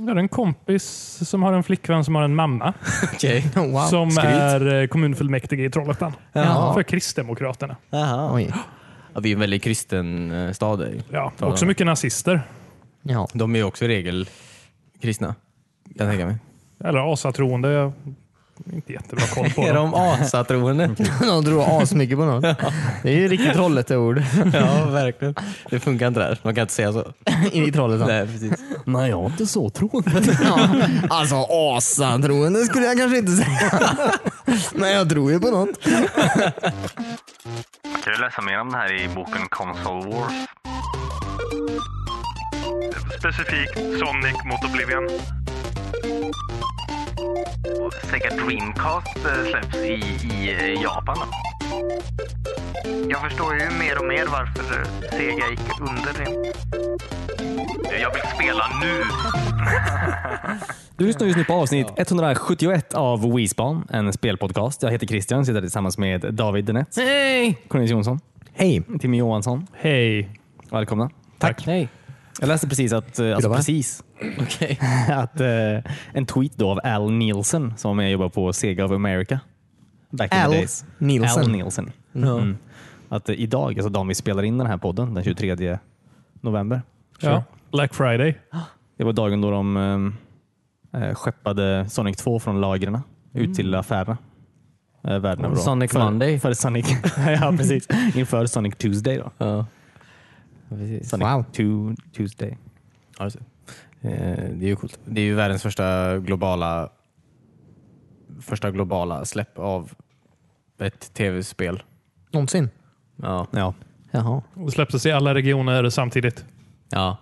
Jag har en kompis som har en flickvän som har en mamma Okej. Wow. som skryt. är eh, kommunfullmäktige i Trollhättan. Jaha. För Kristdemokraterna. Jaha. Oj. Ja, det är en väldigt kristen eh, stad. är det. Ja, Ja. också mycket nazister. Ja. De är ju också i regel kristna. Kan jag tänka mig. Eller asatroende. Jag har inte jättebra koll på Är dem. de asatroende? De drog asmycket på något. Det är ju riktigt Trollhätteord. ja, verkligen. Det funkar inte där. Man kan inte säga så. In i Trollhättan. Nej, precis. Nej, jag är inte så troende. Ja. Alltså asatroende skulle jag kanske inte säga. Men jag drog ju på något. Kan du läsa mer om det här i boken Console Wars? Specifikt Sonic mot Oblivion. Sega Dreamcast eh, släpps i, i eh, Japan. Jag förstår ju mer och mer varför Sega gick under det. Jag vill spela nu! Du lyssnar just nu på avsnitt 171 av Weespan, en spelpodcast. Jag heter Christian, sitter tillsammans med David Denett, Hej! Cornelis Jonsson, Hej. Timmy Johansson. Hej. Välkomna. Tack. Hej. Jag läste precis att, eh, alltså Grabbar. precis, Okej. att eh, en tweet då av Al Nielsen som är- jobbar på Sega of America. Back in the Al days. Nielsen. Al Nielsen. Mm. Att eh, idag, alltså dagen vi spelar in den här podden, den 23 november, Ja. Black Friday. det var dagen då de eh, eh, skeppade Sonic 2 från lagren ut till affärerna. Eh, världen över då. Sonic för, Monday. För Sonic, ja, precis. Inför Sonic Tuesday. Då. Ja. Ja, precis. Sonic Wow. two, Tuesday. Ja, just det. Eh, det är ju coolt. Det är ju världens första globala första globala släpp av ett tv-spel. Någonsin. Ja. Ja. Jaha. Och släpptes i alla regioner samtidigt. Ja.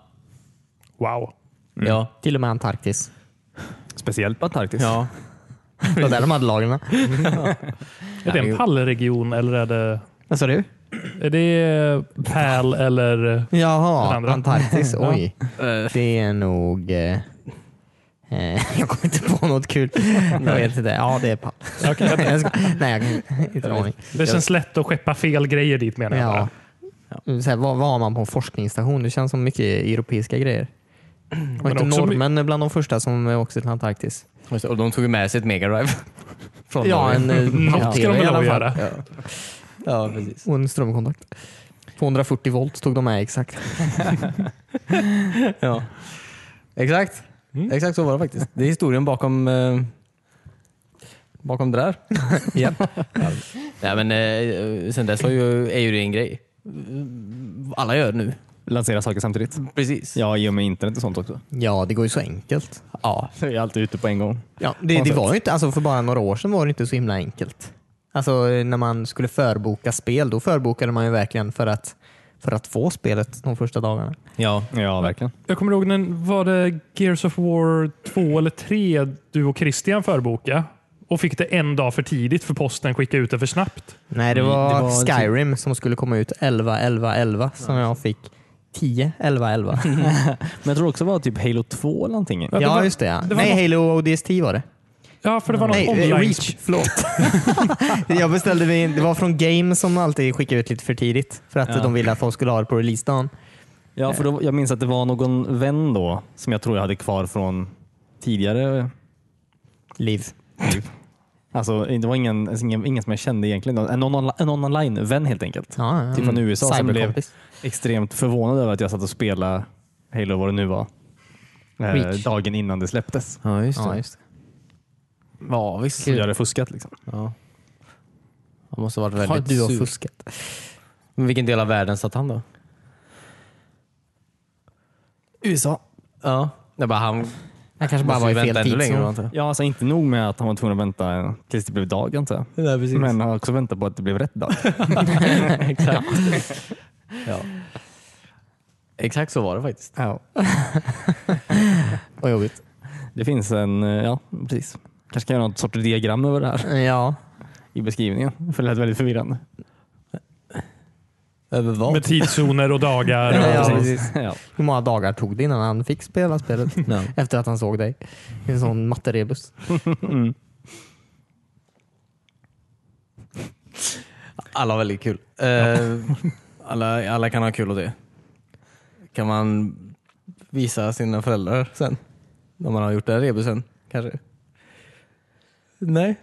Wow. Ja. Till och med Antarktis. Speciellt på Antarktis. ja. Det var där de hade lagren. Är det en pallregion eller är det, Vad sa du? är det pärl eller? Den Jaha, andra. Antarktis. Oj. Det är nog... Eh, eh, jag kommer inte på något kul. Jag vet inte. Ja, det är papp. Okej. Jag ska, nej, jag kan inte en aning. Det känns lätt att skeppa fel grejer dit menar jag. Ja. bara. Så här, vad, vad har man på en forskningsstation? Det känns som mycket europeiska grejer. Var inte också my- norrmän bland de första som eh, åkte till Antarktis? Just det. Och de tog ju med sig ett Mega Drive. Från Ja, Norge. en eh, Något ska de natt-tv i väl alla lov fall. göra. Ja, precis. Och en strömkontakt. 240 volt tog de med exakt. Ja. Exakt. Exakt så var det faktiskt. Det är historien bakom eh, bakom det där. ja. Nej, men eh, sen dess har ju, är ju det en grej. Alla gör det nu. Lansera saker samtidigt. Precis. Ja, i och med internet och sånt också. Ja, det går ju så enkelt. ja. Jag är alltid ute på en gång. Ja, det, det var ju inte, alltså för bara några år sedan var det inte så himla enkelt. Alltså när man skulle förboka spel, då förbokade man ju verkligen för att, för att få spelet de första dagarna. ja. Ja, verkligen. Jag kommer ihåg, när, var det Gears of War 2 eller 3 du och Christian förboka? Och fick det en dag för tidigt för posten skickade ut det för snabbt. Nej, det Mm, var, typ- det var- Skyrim som skulle komma ut 11, 11, 11 som jag fick 10, 11, 11. Men jag tror också det var typ Halo 2 eller någonting. det ja, var- just det. Ja. det var Nej, något- Halo ODST var det. Ja, för det var något Nej, eh, online. Reach. Förlåt. jag beställde vi in, det var från Game som alltid skickade ut lite för tidigt för att Ja. de ville att folk skulle ha det på releasedagen. Ja, för då, jag minns att det var någon vän då som jag tror jag hade kvar från tidigare Liv. liv. Alltså, det var ingen, alltså, ingen, ingen som jag kände egentligen. En, on- en online-vän helt enkelt. Ja, ja. Typ från Mm. USA som blev Cyberkompis. extremt förvånad över att jag satt och spelade Halo, vad det nu var, eh, Reach. dagen innan det släpptes. Ja, just Ja, det. just det. Ja, visst. Så jag hade fuskat liksom. Ja. Han måste ha varit Ja, väldigt Du har sur. fuskat. Men vilken del av världen satt han då? USA. Ja. Jag bara, han Han kanske bara var i fel tidszon. antar jag. Ja, alltså inte nog med att han var tvungen att vänta tills det blev dag antar jag. Ja, precis. Men han har också väntat på att det blev rätt dag. Exakt. ja. Exakt så var det faktiskt. Ja. Vad jobbigt. Det finns en, eh, ja precis. Kanske kan jag göra något sorts diagram över det här Ja. i beskrivningen. För det lät väldigt förvirrande. Över vad? Med tidszoner och dagar. Och Ja, precis. Ja. Hur många dagar tog det innan han fick spela spelet? Ja. Efter att han såg dig. En sån matterebus. Alla har väldigt kul. Eh, alla, alla kan ha kul åt det. Kan man visa sina föräldrar sen? När man har gjort den rebusen, kanske? Nej?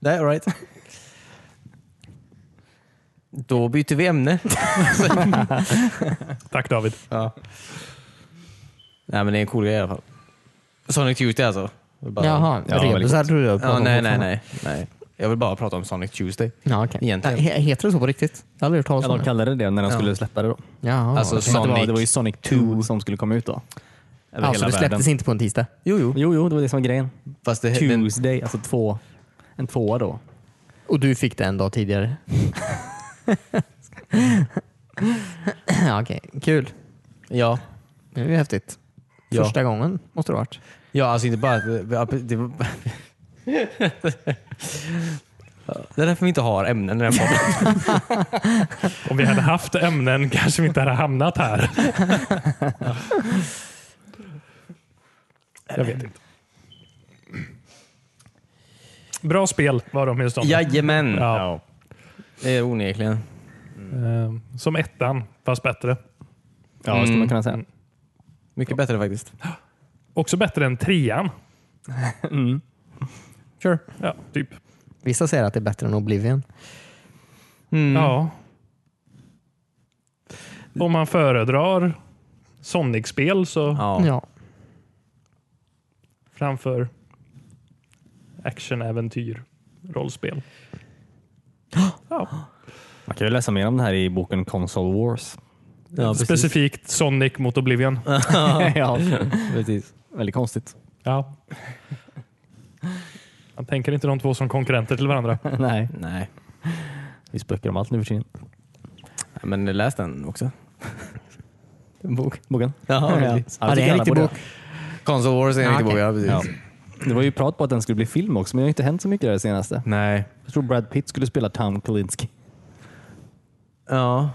Nej, alright. Då byter vi ämne. Tack David. Ja. Nej, men det är en cool grej i alla fall. Sonic Tuesday alltså. Jag vill bara- Jaha, Ja, väldigt rebusar gott. tror jag. Ja, nej, nej, nej, nej. Jag vill bara prata om Sonic Tuesday. Ja, okay. Egentligen. Heter det så på riktigt? Jag har aldrig hört talas Ja, om de det. kallade det det när de Ja. skulle släppa det då. Jaha, Alltså, okej. Jag tänkte att Sonic Det var, det var ju Sonic 2 som skulle komma ut då. Över Ja, så Alltså, det släpptes inte på en tisdag? Jo, jo. Jo, jo, det var det som var grejen. Fast det, den, Tuesday, alltså två, en tvåa då. Och du fick det en dag tidigare? ja, Okej, kul. ja, Det är ju häftigt. Ja. Första gången måste det ha varit. Ja, alltså inte bara att... ja, Det var- Det är därför vi inte har ämnen i den här podden. Om vi hade haft ämnen kanske vi inte hade hamnat här. Jag vet inte. Bra spel var de just ja. Jajamän! Ja. Det är onekligen. Eh, Som ettan, fast bättre. Ja, mm. skulle man kunna säga. Mycket bättre faktiskt. Också bättre än trean. Mm. Sure. Ja, typ. Vissa säger att det är bättre än Oblivion. Ja. Om man föredrar Sonic-spel så Ja. Ja. framför actionäventyr, rollspel. Ja. Man kan ju läsa mer om det här i boken Console Wars. Ja, precis. Specifikt Sonic mot Oblivion. ja. precis. Väldigt konstigt. Ja. Man tänker inte de två som konkurrenter till varandra. Nej, Nej, vi spökar om allt nu för tiden. men läs den också. Bok. Boken? Ja, precis. Ja, det är en riktig bok. Console Wars är en Ja, riktig bok. okej. Ja, precis. Ja. Det var ju prat på att den skulle bli film också, men det har inte hänt så mycket det senaste. Nej. Jag tror Brad Pitt skulle spela Tom Kalinski. Ja.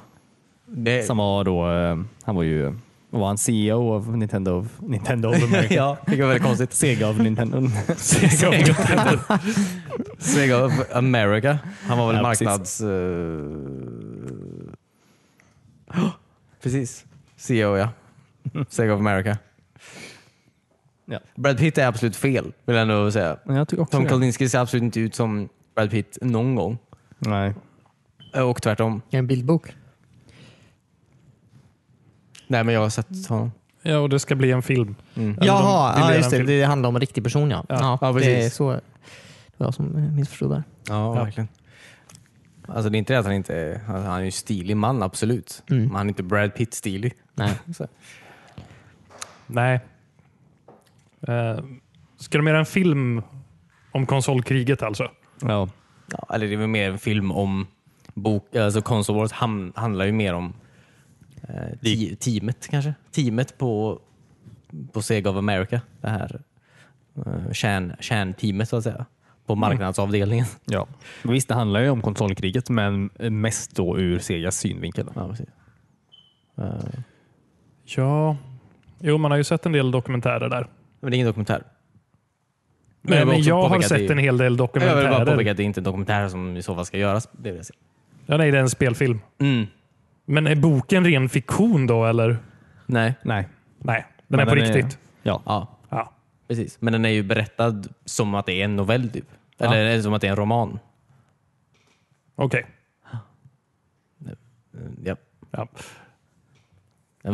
Det... Som var då, eh, han var ju, vad var han CEO av Nintendo of, Nintendo of America? ja, det var väldigt konstigt. Sega av Nintendo. Sega of America. Han var väl Ja, precis. marknads... eh, oh, Precis. CEO ja. Sega of America. Ja. Brad Pitt är absolut fel, vill jag ändå säga. Men jag tycker också Tom det. Kalinski ser absolut inte ut som Brad Pitt någon gång. Nej. Eh, Och tvärtom. En bildbok. Nej, men jag har sett honom. Ja, och det ska bli en film. Eller Jaha, de vill ja, göra just en det. film. Det handlar om en riktig person ja. Ja. Mm. Ja, precis. det, är så, det var jag som eh, missförstod där. Ja, verkligen. Alltså det är inte det att han inte är... alltså, Han är ju en stilig man, absolut. Mm. Men han är inte Brad Pitt-stilig. Nej. Så. Nej. Eh, ska de göra en film om konsolkriget alltså? Ja. Ja, eller det är väl mer en film om bok, alltså Console Wars ham, handlar ju mer om eh, ti, teamet kanske. Teamet på, på Sega of America. Det här eh, kärn, kärnteamet så att säga. Mm. På marknadsavdelningen. ja. Visst, det handlar ju om konsolkriget, men mest då ur Segas synvinkel. Ja, precis. Ja. Jo, man har ju sett en del dokumentärer där. Men det är ingen dokumentär. Men jag Men vill jag, har också påpeka att sett det- en hel del Jag vill bara påpeka dokumentärer. att det är inte är en dokumentär som i så fall ska göras. Det vill jag säga. Ja, nej, det är en spelfilm. Mm. Men är boken ren fiktion då, eller? Nej. Nej. Nej, den är Men på den är- riktigt. Ja. Ja, Ja. precis. Men den är ju berättad som att det är en novell typ. Eller eller som att det är en roman. Okej. Mm, Ja. Ja. Den är Jag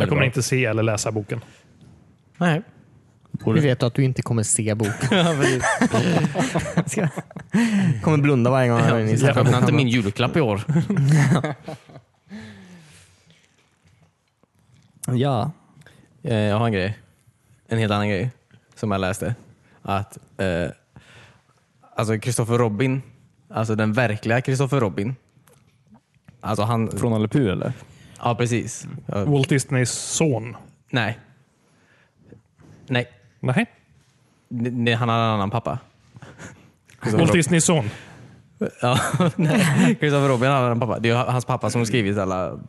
kommer väldigt inte se eller läsa boken. bra. Nej. Du vet att du inte kommer se boken. Ja, precis. Ska- kommer blunda varje gång jag är inne i Jag öppnade inte boken. min julklapp i år. ja. Eh, Jag har en grej. En helt annan grej som jag läste. Att eh, alltså Christopher Robin, alltså den verkliga Christopher Robin. Alltså han... Från Nalle Puh, eller? Ja, precis. Ja, Walt Disneys son. nej. Nej. Nej. N- nej, han har en annan pappa. Walt Disneys son. Ja, nej. Christopher Robin har en annan pappa. Det är ju hans pappa som har skrivit alla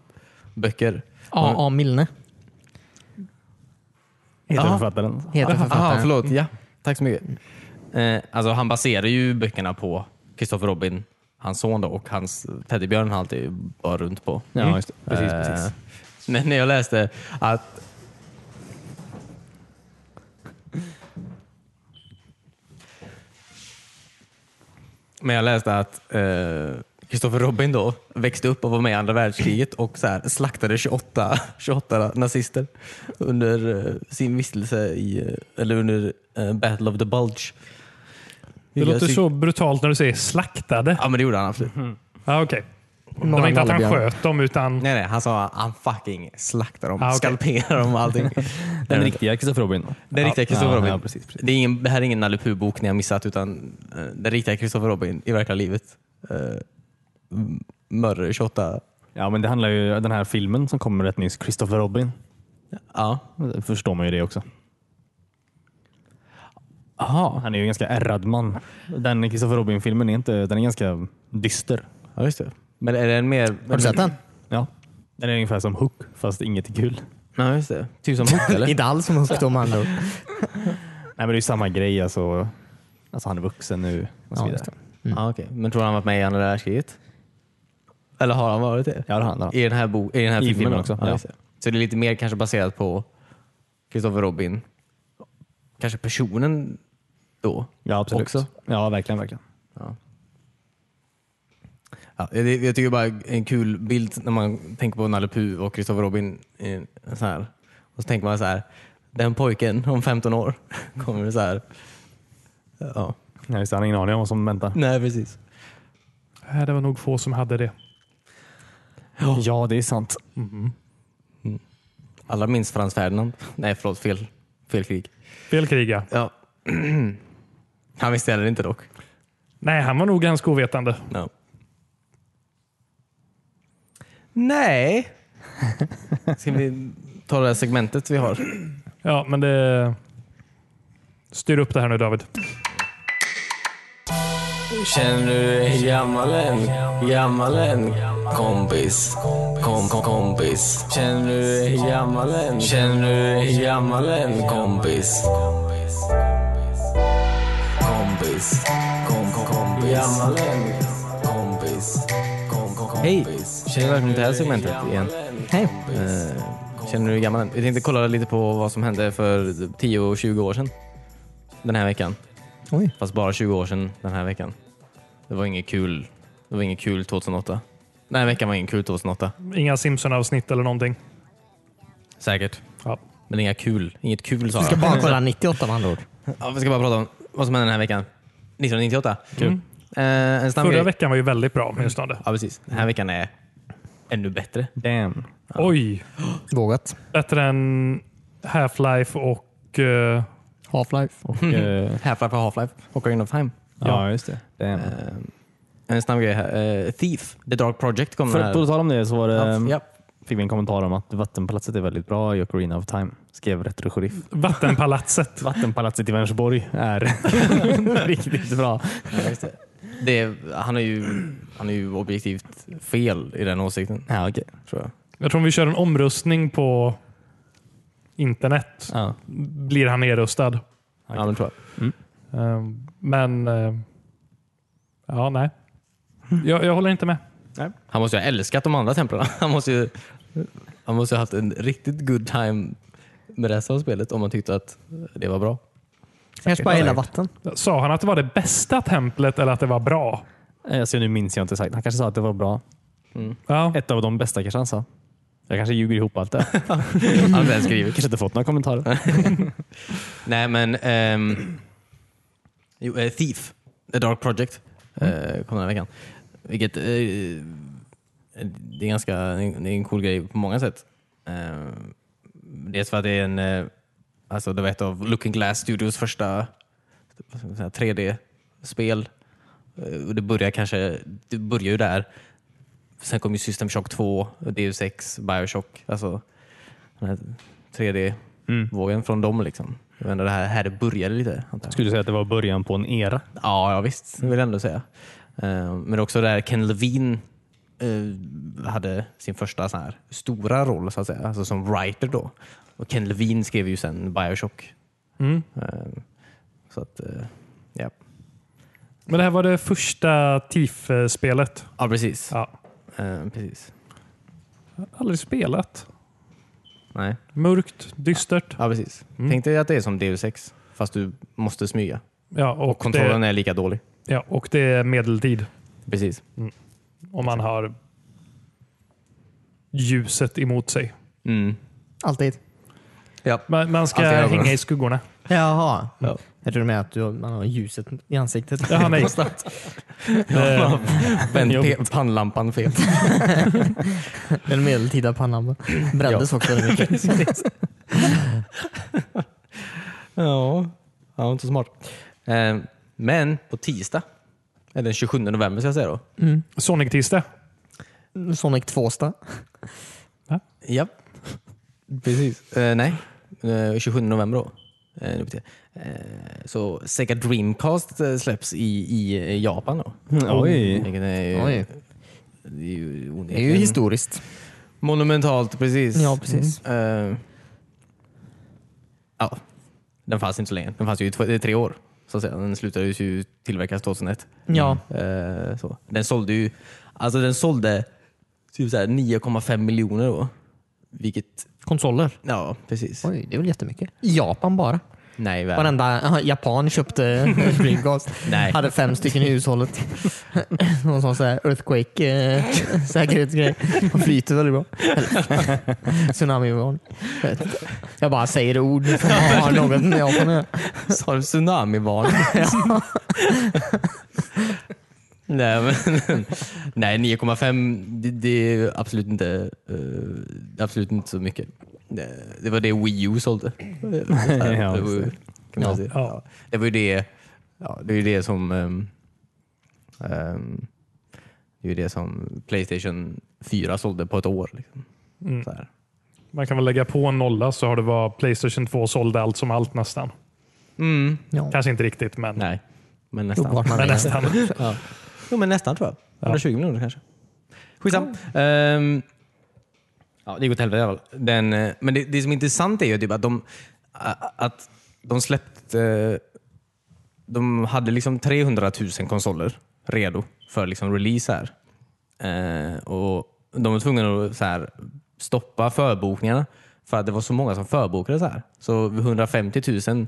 böcker. A. A. Milne Heter Jaha. författaren. heter Aha, författaren. förlåt. Ja, tack så mycket. Mm. Eh, alltså, han baserar ju böckerna på Kristoffer Robin, hans son då, och hans teddybjörn han alltid var runt på. Mm. Eh. Ja, just det. Eh, Men när jag läste att Men jag läste att Kristoffer Robin då växte upp och var med i andra världskriget och så här slaktade 28, 28 nazister under eh, sin vistelse i, eh, eller under eh, Battle of the Bulge. Det låter Vilka- så Mhm. brutalt när du säger slaktade. Ja men det gjorde han absolut. Ja, okej. Det Många var inte att han gallbjörnar. sköt dem, utan... Nej nej, han sa han fucking slaktar dem, Ah, okej. skalperar dem och allting. Den riktiga Christopher Robin. Den riktiga Kristoffer ja, Robin. Ja, precis, precis. Det, är ingen, det här är ingen Nalle Puh-bok ni har missat utan eh, den riktiga Kristoffer Robin i verkliga livet. Eh, m- Mördade 28 ja, men det handlar ju den här filmen som kommer rätt nyss, Christopher Robin. Ja. Då förstår man ju det också. Aha. Han är ju en ganska ärrad man. Den Christopher Robin-filmen är, inte, den är ganska dyster. Ja, just det. Men är den mer... Har du sett den? Ja. Den är ungefär som Hook, fast inget är kul. Ja, just det. Typ som Hook eller? Inte alls som hon skulle om andra ord. Nej, men det är ju samma grej. Alltså, alltså han är vuxen nu och så Ja, vidare. just Mm. Ja, okej. Men tror du han varit med i andra världskriget? Eller har han varit det? Ja, det har han. det har han. I den här, bo- i den här typ I filmen, filmen också? ja. just det. Så det är lite mer kanske baserat på Kristoffer Robin. Kanske personen då? Ja, absolut. Också. Ja, verkligen. verkligen. Ja, det, jag tycker bara en kul bild när man tänker på Nalle Puh och Kristoffer Robin. i en Så här. Och så tänker man så här, den pojken om 15 år kommer så här. Ja, Ja, just det, han har ingen aning om vad som väntar. nej precis. Nej, Det var nog få som hade det. Ja, det är sant. Alla minns Frans Ferdinand. Nej förlåt, fel, fel krig. Fel kriga. Ja. Han visste heller inte dock. Nej, han var nog ganska ovetande. No. Nej. Ska vi ta det här segmentet vi har? Ja, men det... Styr upp det här nu David. Känner du dig gammal än? Gammal än? Kompis. Kom, kom, kompis. Känner du dig gammal än? Känner du dig gammal än? Kompis. Kompis. Kom, kom, kompis. Gammal än? Kompis. Kom, kom, kompis. Hej! Känner du verkligen till det här segmentet igen? Hej. Eh, Känner du dig gammal än? Jag tänkte kolla lite på vad som hände för 10 och 20 år sedan. Den här veckan. Oj. Fast bara 20 år sedan den här veckan. Det var inget kul. Det var inget kul 2008. Den här veckan var ingen kul 2008. Inga Simpson-avsnitt eller någonting. Säkert. Ja. Men inga kul. Inget kul sa Du ska jag. bara kolla 98 med andra ord. Ja, vi ska bara prata om vad som hände den här veckan. 1998. Kul. Eh, en snabb Förra grej. veckan var ju väldigt bra åtminstone. Ja, precis. Den här veckan är ännu bättre. Damn. Oj! Vågat. Bättre än Half-Life och... eh, Half-Life. Och, eh, Half-Life och Half-Life. Ocarina of Time. ja, just det. Damn. Eh, en snabb grej här. Eh, Thief, The Dark Project kom den För, här. Ehm, på tal om det så var det, Ja, ja. fick vi en kommentar om att vattenpalatset är väldigt bra i Ocarina of Time. Skrev Retro Sheriff. Vattenpalatset. Vattenpalatset i Vänersborg är riktigt bra. Ja, just det. Det är, han, är ju, han är ju objektivt fel i den åsikten, Ja, okej. tror jag. Jag tror om vi kör en omröstning på internet Ja. blir han nedröstad. Ja, men tror jag. Eh, Men... eh, Ja, nej. Jag, jag håller inte med. Han måste ju ha älskat de andra templarna. Han måste ju han måste ju ha haft en riktigt good time med resten av spelet om han tyckte att det var bra. Kanske bara gillar vatten. Sa han att det var det bästa templet eller att det var bra? Alltså, nu minns jag inte exakt. Han kanske sa att det var bra. Ja. Ett av de bästa kanske han sa. Jag kanske ljuger ihop allt det. Kanske Han hade väl skrivit. inte fått några kommentarer. Nej, men... ehm, jo, eh, Thief, The Dark Project, eh, kom den här veckan. Vilket... eh, det är ganska... Det är en cool grej på många sätt. Eh, dels för att det är en... Eh, alltså, det var ett av Looking Glass Studios första vad ska man säga, 3D-spel. Eh, och det börjar kanske... Det börjar ju där. Sen kom ju System Shock 2, Deus Ex, Bioshock. Alltså, den här 3D-vågen från dem. Liksom. Jag menar, det här, här det började lite. Antar jag. Skulle du säga att det var början på en era? Ja, ja, visst. Det vill jag ändå säga. Eh, Men också där Ken Levine eh, hade sin första så här stora roll så att säga, alltså som writer då. Och Ken Levine skrev ju sen Bioshock. Mm. Eh, Så att, eh, ja. Men det här var det första TIF-spelet. ja, precis. Ja. Eh, precis. Aldrig spelat. Nej. Mörkt, dystert. Ja, Mm. precis. Tänk dig att det är som Deus Ex, fast du måste smyga. Ja, och Kontrollen det, är lika dålig. Ja, och det är medeltid. Precis. Om man har ljuset emot sig. Mm. Alltid. Man, man ska Alltid ögonen. hänga i skuggorna. Jaha. Ja. Jag tror med att du, har- man har ljuset i ansiktet. Ja, nej. Eh, Vänd Jobb. pe- pannlampan fel. Den medeltida pannlampan. Brändes också väldigt mycket. Ja, ja inte smart. Eh, men på tisdag, eller den 27 november ska jag säga då. Sonic-tisdag. Sonic 2-sta. Ja, precis. Eh, nej, eh, 27 november då. Eh, nu på tisdag. eh, så Sega Dreamcast eh, släpps i, i eh, Japan då. Mm, Oj. Vilket är ju, Oj. Det är ju, Det är ju onekligen historiskt. monumentalt, precis. Ja, precis. Eh, ja, den fanns inte så länge. Den fanns ju i två, i tre år. Så att säga. Den slutade ju tillverkas 2001. Ja. Eh, så. Den sålde ju alltså den sålde typ så här 9,5 miljoner då. Vilket, Konsoler. ja precis. Oj, det är väl jättemycket. I Japan bara. Nej, väl. Varenda aha, japan köpte Dreamcast. Nej. Hade fem stycken i hushållet. Någon sån så här earthquake eh, säkerhetsgrej. De flyter väldigt bra. Eller, Tsunamivarning. Jag bara säger ord som har något med Japan att göra. Sa du tsunamivarning? Nej, men, nej 9,5 det, det är absolut inte, eh, absolut inte så mycket. Det, det var det Wii U sålde. Ja, det, var, just ju- kan man säga. Ja. det var ju det, ja, det, är ju det som ehm, ehm, det är ju det som Playstation 4 sålde på ett år. Liksom. Mm. Så här. Man kan väl lägga på en nolla så har det var Playstation 2 sålde allt som allt nästan. Mm. Ja. Kanske inte riktigt, men, Nej, men Tog nästan. vart man men är. nästan. Ja. Jo, men nästan tror jag. 120 miljoner kanske. Skitsamma. Ehm, ja, det går åt helvete i alla fall. Den, eh, men det, det som är intressant är ju typ att de, a- att de släppte... eh, De hade liksom 300 000 konsoler redo för liksom release här. Eh, och de var tvungna att så här, stoppa förbokningarna för att det var så många som förbokade. så här. Så 150 000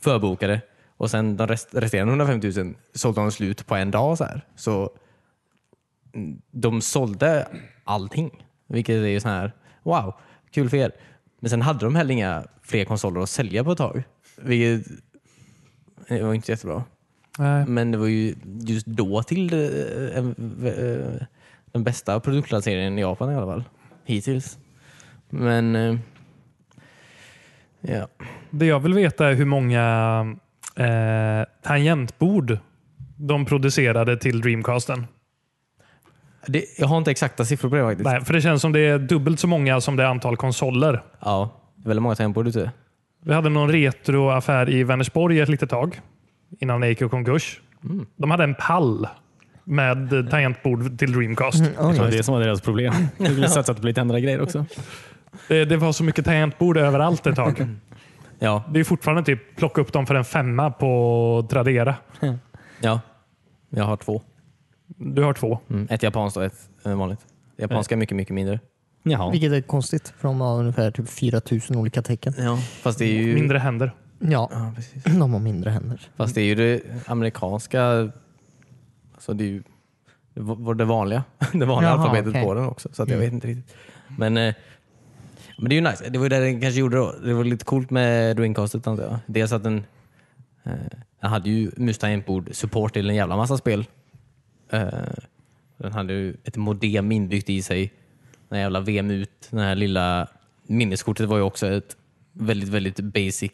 förbokade och sen de rest, resterande 150 000 sålde de slut på en dag. Så, här. så mm, de sålde allting, vilket är ju så här wow, kul för er. Men sen hade de heller inga fler konsoler att sälja på ett tag, vilket det var inte jättebra. Nej. Men det var ju just då till eh, en, eh, den bästa produktlanseringen i Japan i alla fall. Hittills. Men... eh, Ja. Det jag vill veta är hur många eh, tangentbord de producerade till Dreamcasten. Det, jag har inte exakta siffror på det faktiskt. Nej, för det känns som det är dubbelt så många som det är antal konsoler. Ja, det är väldigt många tangentbord ute. Vi hade någon retroaffär i Vänersborg ett litet tag innan den gick i konkurs. De hade en pall med tangentbord till Dreamcast. Jag Oj, tror det är det som var deras problem. De ville satsa på lite andra grejer också. Det, det var så mycket tangentbord överallt ett tag. Ja, Det är fortfarande typ plocka upp dem för en femma på Tradera. ja. Jag har två. Du har två. Mm. Ett japanskt och ett eh, vanligt. Det Japanska är mycket, mycket mindre. Jaha. Vilket är konstigt, för de har ungefär typ 4000 olika tecken. Ja. Fast det är ju... Mindre händer. Ja, Ja, precis. de har mindre händer. Fast det är ju det amerikanska... Alltså det är ju det var- det vanliga, det vanliga Jaha, alfabetet okej. på den också. Så att jag Mm. vet inte riktigt. Men, eh, men det är ju nice. Det var ju det den kanske gjorde då. Det var lite coolt med Dreamcastet antar jag. Dels att den, eh, den hade ju mustangentbord support till en jävla massa spel. Eh, den hade ju ett modem inbyggt i sig. Den här jävla VM-ut, den här lilla minneskortet var ju också ett väldigt, väldigt basic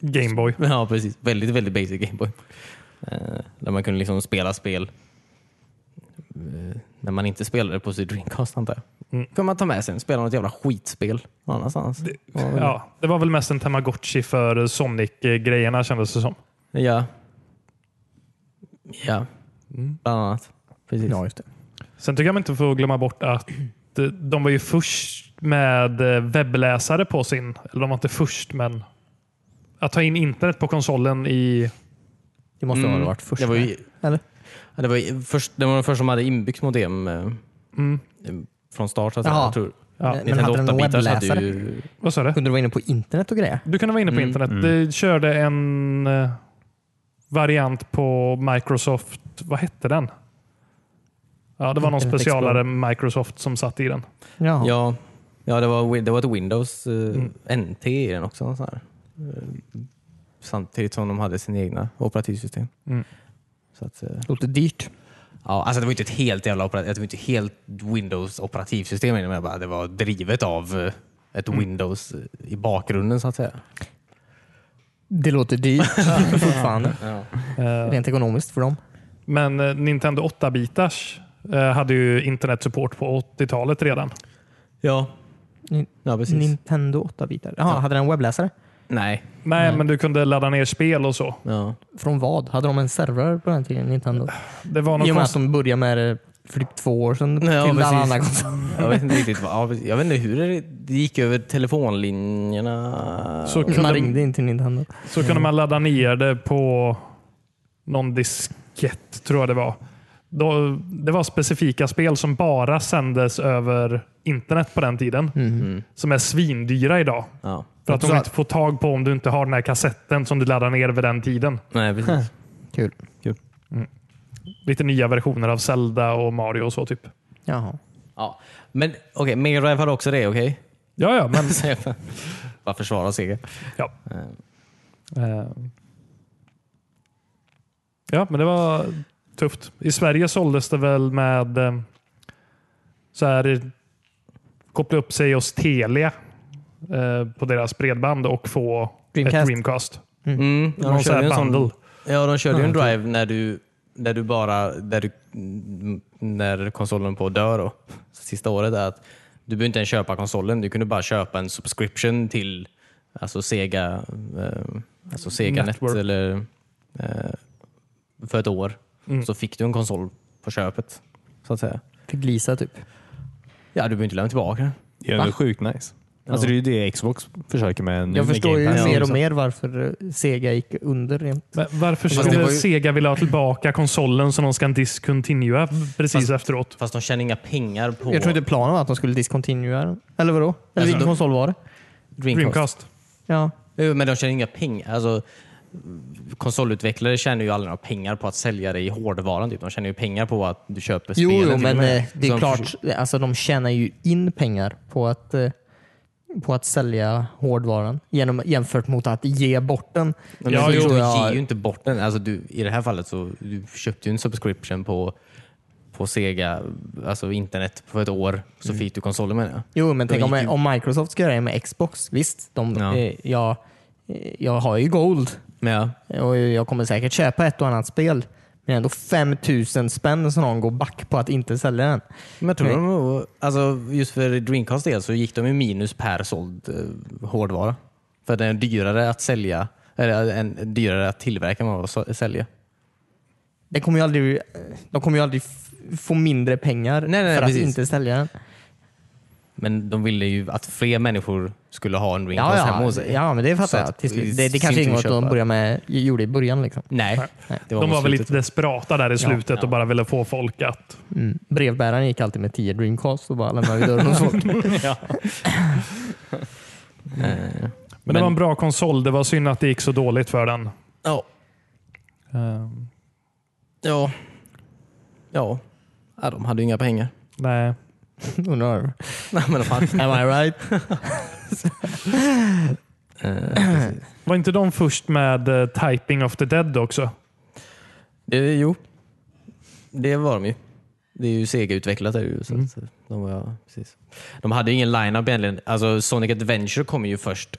Gameboy. Ja, precis. Väldigt, väldigt basic Gameboy. Eh, där man kunde liksom spela spel eh, när man inte spelade på sin Dreamcast antar jag. Mm. kunde man ta med sig den, spela något jävla skitspel någon annanstans. Ja, det var väl mest en Tamagotchi för Sonic-grejerna kändes det som. Ja. Ja, bland annat. Precis. Ja, just det. Sen tycker jag man inte får glömma bort att de- de var ju först med eh, webbläsare på sin, eller de var inte först, men att ta in internet på konsolen i... Det måste Mm. ha varit först. Det var ju, Eller? ja, det var ju först, det var den första som hade inbyggt modem eh, från start. Så att säga, Jaha. jag tror. Ja, Men hade den 8 någon bitars webbläsare? hade ju... vad sa du? Kunde du vara inne på internet och grejer? Du kunde vara inne på internet. Det körde en... eh, variant på Microsoft. Vad hette den? Ja, det var någon Internet specialare Microsoft som satt i den. Jaha. Ja, ja det, var, Win- det var ett Windows eh, NT i den också. Så här. Eh, Samtidigt som de hade sina egna operativsystem. Mm. Så att, eh, Låter dyrt. ja, alltså det var inte ett helt jävla operativ, det var inte helt Windows operativsystem, men jag bara, det var drivet av eh, ett Windows eh, i bakgrunden så att säga. Det låter dyrt fortfarande. Eh, Rent ekonomiskt för dem. Men eh, Nintendo 8-bitars eh, hade ju internetsupport på 80-talet redan. Ja, Ni- ja precis. Nintendo 8-bitar. Jaha, hade den webbläsare? Nej. Nej, men du kunde ladda ner spel och så. Ja. Från vad? Hade de en server på den tiden, Nintendo? Det var någon I och med att konst... de började med det för typ två år sedan Ja, till alla precis. andra konsoler. Jag vet inte riktigt vad, ja, precis. jag vet inte hur det, det gick över telefonlinjerna. Så kunde, Man ringde in till Nintendo. så kunde man ladda ner det på någon diskett, tror jag det var. Då, det var specifika spel som bara sändes över internet på den tiden. Som är svindyra idag. Ja. För att de inte får tag på om du inte har den här kassetten som du laddar ner vid den tiden. Nej, precis. Kul. Lite nya versioner av Zelda och Mario och så typ. Jaha. Ja. Men okej, Mega Drive hade också det, okej? Ja, ja, men Bara försvara Sega. Ja. Eh, Ja, men det var tufft. I Sverige såldes det väl med eh, så här, koppla upp sig hos Telia eh, på deras bredband och få ett Dreamcast. Dreamcast. Mm. Ja, Någon sån de körde ju här en sån, bundle. ja, de körde ju en drive när du, när du bara, där du, mm, när konsolen på dör då, sista året, är att du behöver inte ens köpa konsolen, du kunde bara köpa en subscription till alltså Sega, eh, alltså Sega-net Network. eller eh, för ett år. Så fick du en konsol på köpet, så att säga. Fick Lisa typ. Ja, du behöver inte lämna tillbaka den. Det är ändå sjukt nice. Alltså det är ju det Xbox försöker med nu Jag med förstår ju Game Pass. mer och mer varför eh, Sega gick under. Rent. Men varför det skulle var ju- Sega vilja ha tillbaka konsolen som de ska discontinua precis efteråt? Fast de tjänar inga pengar på Jag tror inte planen var att de skulle discontinua den. Eller vadå? Eller vilken de- konsol var det? Dreamcast. Dreamcast. Ja. Jo, Men de tjänar inga pengar. Alltså, konsolutvecklare tjänar ju aldrig några pengar på att sälja det i hårdvaran. Typ. De tjänar ju pengar på att du köper Jo, spelen. jo till och men med. eh, Så det är de klart. försöker- Alltså, de tjänar ju in pengar på att, eh, på att sälja hårdvaran genom, jämfört mot att ge bort den. Men Ja, du jo, du ja. ger ju inte bort den. Alltså, du, I det här fallet så du köpte ju en subscription på, på Sega, alltså internet, på ett år. Så Mm. fick du konsolen menar jag. Jo, men De tänk gick om, ju- om Microsoft ska göra det med Xbox. Visst, de, Ja. eh, jag, eh, jag har ju gold Men ja. och jag kommer säkert köpa ett och annat spel. Men ändå 5000 spänn som någon går back på att inte sälja den. Men jag tror de, alltså, just för Dreamcast del så gick de ju minus per såld eh, hårdvara. För den är dyrare att sälja, eller eh, en, dyrare att tillverka än vad det var att sälja. Det kommer ju aldrig, de kommer ju aldrig f- få mindre pengar Nej, nej, för precis. att inte sälja den. Men de ville ju att fler människor skulle ha en Dreamcast hemma Ja, hos ja, sig. ja, men det Så fattar att jag. i Till slut. Det, det sin kanske tur inte var att de köpa. började med, gjorde i början. Liksom. Nej. det De mot var väl slutet. lite desperata där i slutet och bara ville få folk att... Mm. Brevbäraren gick alltid med 10 Dreamcast och bara lämnade vid dörren hos folk. Eh, Men det var en bra konsol. Det var synd att det gick så dåligt för den. Ja. Ehm, Ja. Ja. ja. De hade ju inga pengar. Nej. Undrar. Nej, men de hade... Am I right? Eh, Var inte de först med eh, Typing of the Dead också? det, Eh, jo, det var de ju. Det är ju Sega-utvecklat. är det ju, så att- så De, var, ja, precis. de hade ju ingen line-up egentligen. Alltså, Sonic Adventure kom ju först.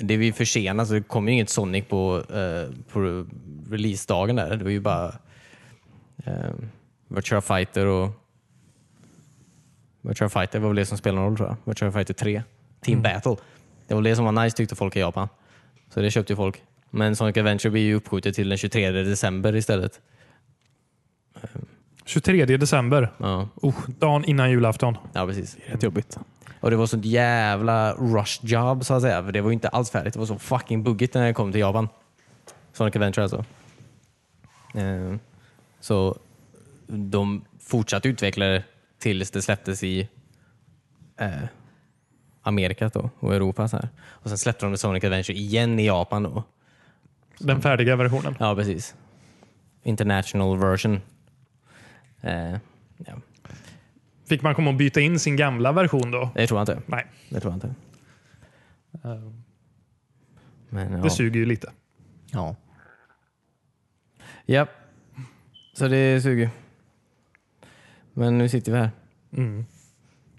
Det vi försenat, så det kom ju inget Sonic på, eh, på releasedagen där. Det var ju bara eh, Virtua Fighter och Virtua Fighter var väl det som spelade någon roll tror jag. Virtua Fighter 3. Team Battle. Det var det som var nice tyckte folk i Japan. Så det köpte ju folk. Men Sonic Adventure blir ju uppskjutet till den 23 december istället. 23 december. Ja, Oh, dagen innan julafton. ja precis. Rätt jobbigt. Och det var sånt jävla rush job så att säga. För det var ju inte alls färdigt. Det var så fucking buggigt när jag kom till Japan. Sonic Adventure alltså. Eh, Så de fortsatte utveckla det tills det släpptes i eh, Amerika då, och Europa. Så här. Och Sen släppte de Sonic Adventure igen i Japan. Då. Den färdiga versionen. Ja, precis. International version. Eh, ja. Fick man komma och byta in sin gamla version då? Det tror jag inte. Nej, Det tror jag inte. Eh. Men, det ja. suger ju lite. Ja. Ja. Så det suger. Men nu sitter vi här. Mm.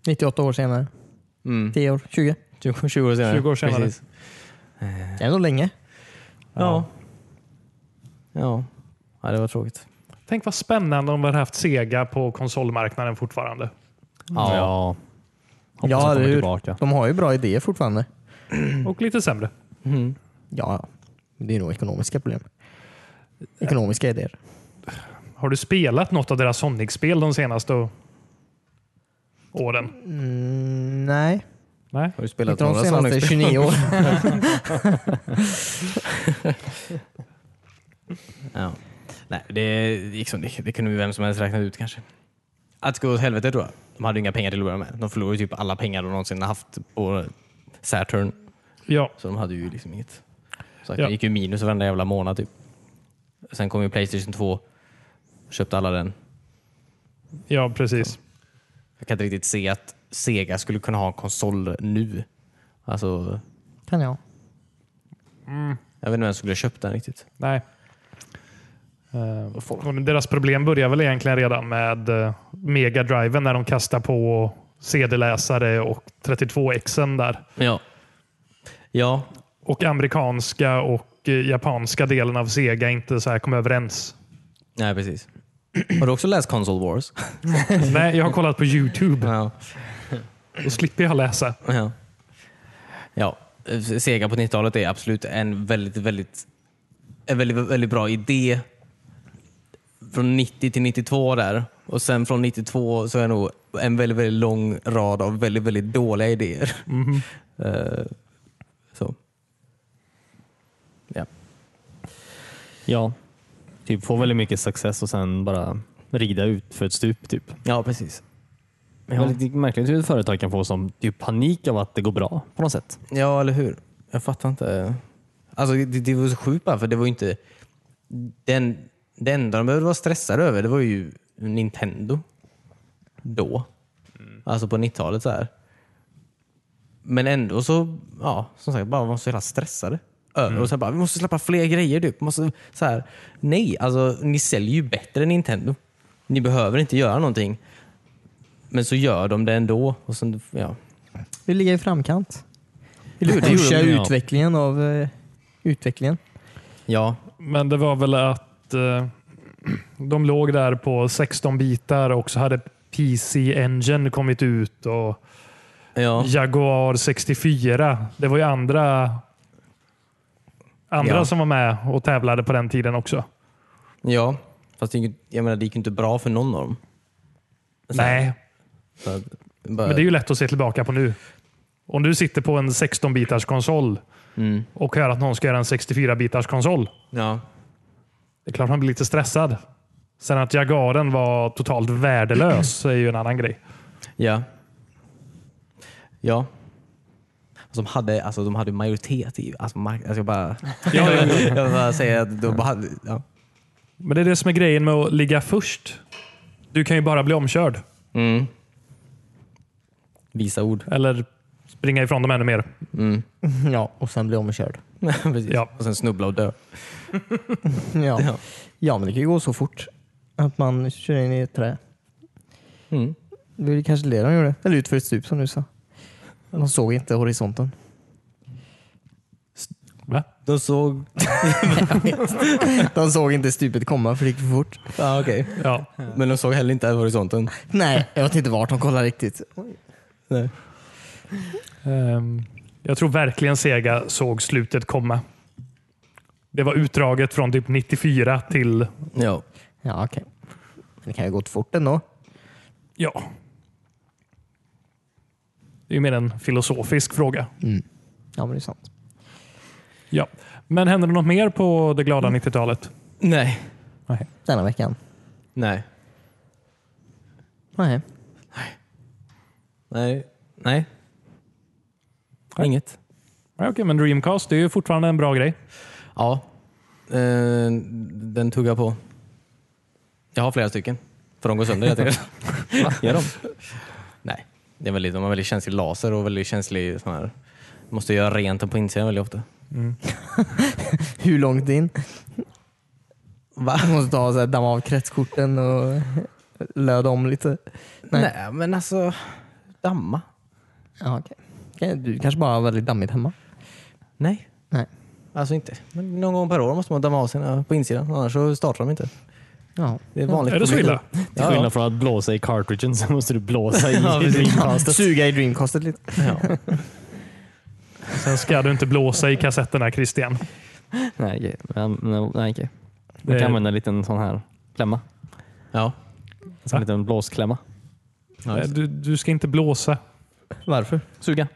98 år senare. Mm. 10 år. 20. 20, 20 år senare. 20 år senare. Precis. Det är ändå länge. Ja. ja. Ja, det var tråkigt. Tänk vad spännande om vi hade haft Sega på konsolmarknaden fortfarande. Ja. Ja, Hoppas ja, eller kommer hur? tillbaka. De har ju bra idéer fortfarande. Mm. Och lite sämre. Ja, ja. det är nog ekonomiska problem. Ekonomiska idéer. Har du spelat något av deras Sonic-spel de senaste å- åren? Mm, nej, Nej. Har du spelat inte de senaste 29 åren. Ja. Nej, det, liksom, det, det kunde ju vem som helst räknat ut kanske. Att gå åt helvete tror jag. De hade ju inga pengar till att börja med. De förlorade ju typ alla pengar de någonsin har haft på Saturn. Ja, Så de hade ju liksom inget. Så Ja. Det gick ju minus varenda jävla månad typ. Sen kom ju Playstation 2. Köpte alla den. ja precis. Jag kan inte riktigt se att Sega skulle kunna ha en konsol nu. Alltså, Kan jag. jag vet inte vem som skulle köpt den riktigt. Nej. Eh, och deras problem börjar väl egentligen redan med eh, Mega Driven när de kastar på CD-läsare och 32Xen där. Ja. Ja. Och amerikanska och eh, japanska delen av Sega inte så här kom överens. Nej, precis. Har du också läst Console Wars? Nej, jag har kollat på YouTube. ja. Då slipper jag läsa. Ja. ja. Sega på 90-talet är absolut en väldigt, väldigt, en väldigt, väldigt bra idé. Från 90 till 92 där. Och sen från 92 så är det nog en väldigt, väldigt lång rad av väldigt, väldigt dåliga idéer. Eh, så. Ja. Ja. Typ få väldigt mycket success och sen bara rida ut för ett stup. Typ. ja, precis. Det är lite märkligt hur ett företag kan få som typ panik av att det går bra på något sätt. Ja, eller hur? Jag fattar inte. Alltså, det, det var så sjukt bara, för det var ju inte... Den, det enda de behövde vara stressade över det var ju Nintendo. Då. Alltså på 90-talet. så här. Men ändå så, ja, som sagt, bara var så jävla stressade. Över. Och sen bara, vi måste släppa fler grejer. Typ. Måste, så här. Nej, alltså ni säljer ju bättre än Nintendo. Ni behöver inte göra någonting. Men så gör de det ändå. Och sen, ja. Vi ligger i framkant. Vi Det gjorde de, pushar ja. utvecklingen av eh, utvecklingen. ja, Men det var väl att eh, de låg där på 16 bitar och så hade PC Engine kommit ut och ja. Jaguar 64. Det var ju andra andra Ja. som var med och tävlade på den tiden också. Ja, fast det, gick ju- jag menar, det gick ju inte bra för någon av dem. Så här, Nej, så att- bara, men det är ju lätt att se tillbaka på nu. Om du sitter på en 16-bitars konsol Mm. och hör att någon ska göra en 64-bitars konsol. Ja, Det är klart man blir lite stressad. Sen att Jaguaren var totalt värdelös är ju en annan grej. ja. Ja. Alltså, de, hade, alltså, de hade majoritet i... Alltså, mark- alltså, jag bara... jag bara säger att de bara hade... Ja. Men det är det som är grejen med att ligga först. Du kan ju bara bli omkörd Mm. Visa ord. eller springa ifrån dem ännu mer. Mm. Ja, och sen blir omkörd. Precis. Ja. Och sen snubbla och dö. Ja. Ja. ja, men det kan ju gå så fort att man kör in i ett träd. Mm. Det var ju kanske det de gjorde. Eller ut för ett stup som du sa. De såg inte horisonten. Va? De såg... De såg inte stupet komma för det gick för fort. Ja, okej. Ja. Men de såg heller inte horisonten. Nej, jag vet inte vart de kollade riktigt. Nej. Ehm, jag tror verkligen Sega såg slutet komma. Det var utdraget från typ 94 till... Ja. Ja, okej. Men det kan ju gått fort ändå. Ja. Det är ju mer en filosofisk fråga. Ja, men det är sant. Ja. Men hände det något mer på det glada 90-talet? Nej. Denna veckan. Nej. Nej. Nej. Nej. Inget. Ja, Okej, men Dreamcast det är ju fortfarande en bra grej. Ja. Eh, den tuggar på. Jag har flera stycken. För de går sönder helt enkelt. Va? Gör de? Nej, det är väldigt, de har väldigt känslig laser och väldigt känslig sån här. Måste göra rent den på insidan väldigt ofta. Hur långt in? Va? Måste ta så här, damma av kretskorten och löda om lite. Nej. men alltså damma. Ja, okej. Okej, Du kanske bara har väldigt dammigt hemma? Nej, Nej. alltså inte. Men någon gång per år måste man damma av sina på insidan. Annars så startar de inte. Ja. Det är vanligt. Är det så illa? Till Ja, ja. skillnad från att blåsa i cartridgen så måste du blåsa i Ja, precis. Dreamcastet. Suga i Dreamcastet lite. Ja. Sen ska du inte blåsa i kassetterna Christian. Nej, okej. Men, men, nej, okej. Man Det- kan använda en liten sån här klämma. ja. En liten blåsklämma. Nej, Eh, Du, du ska inte blåsa. Varför? Suga.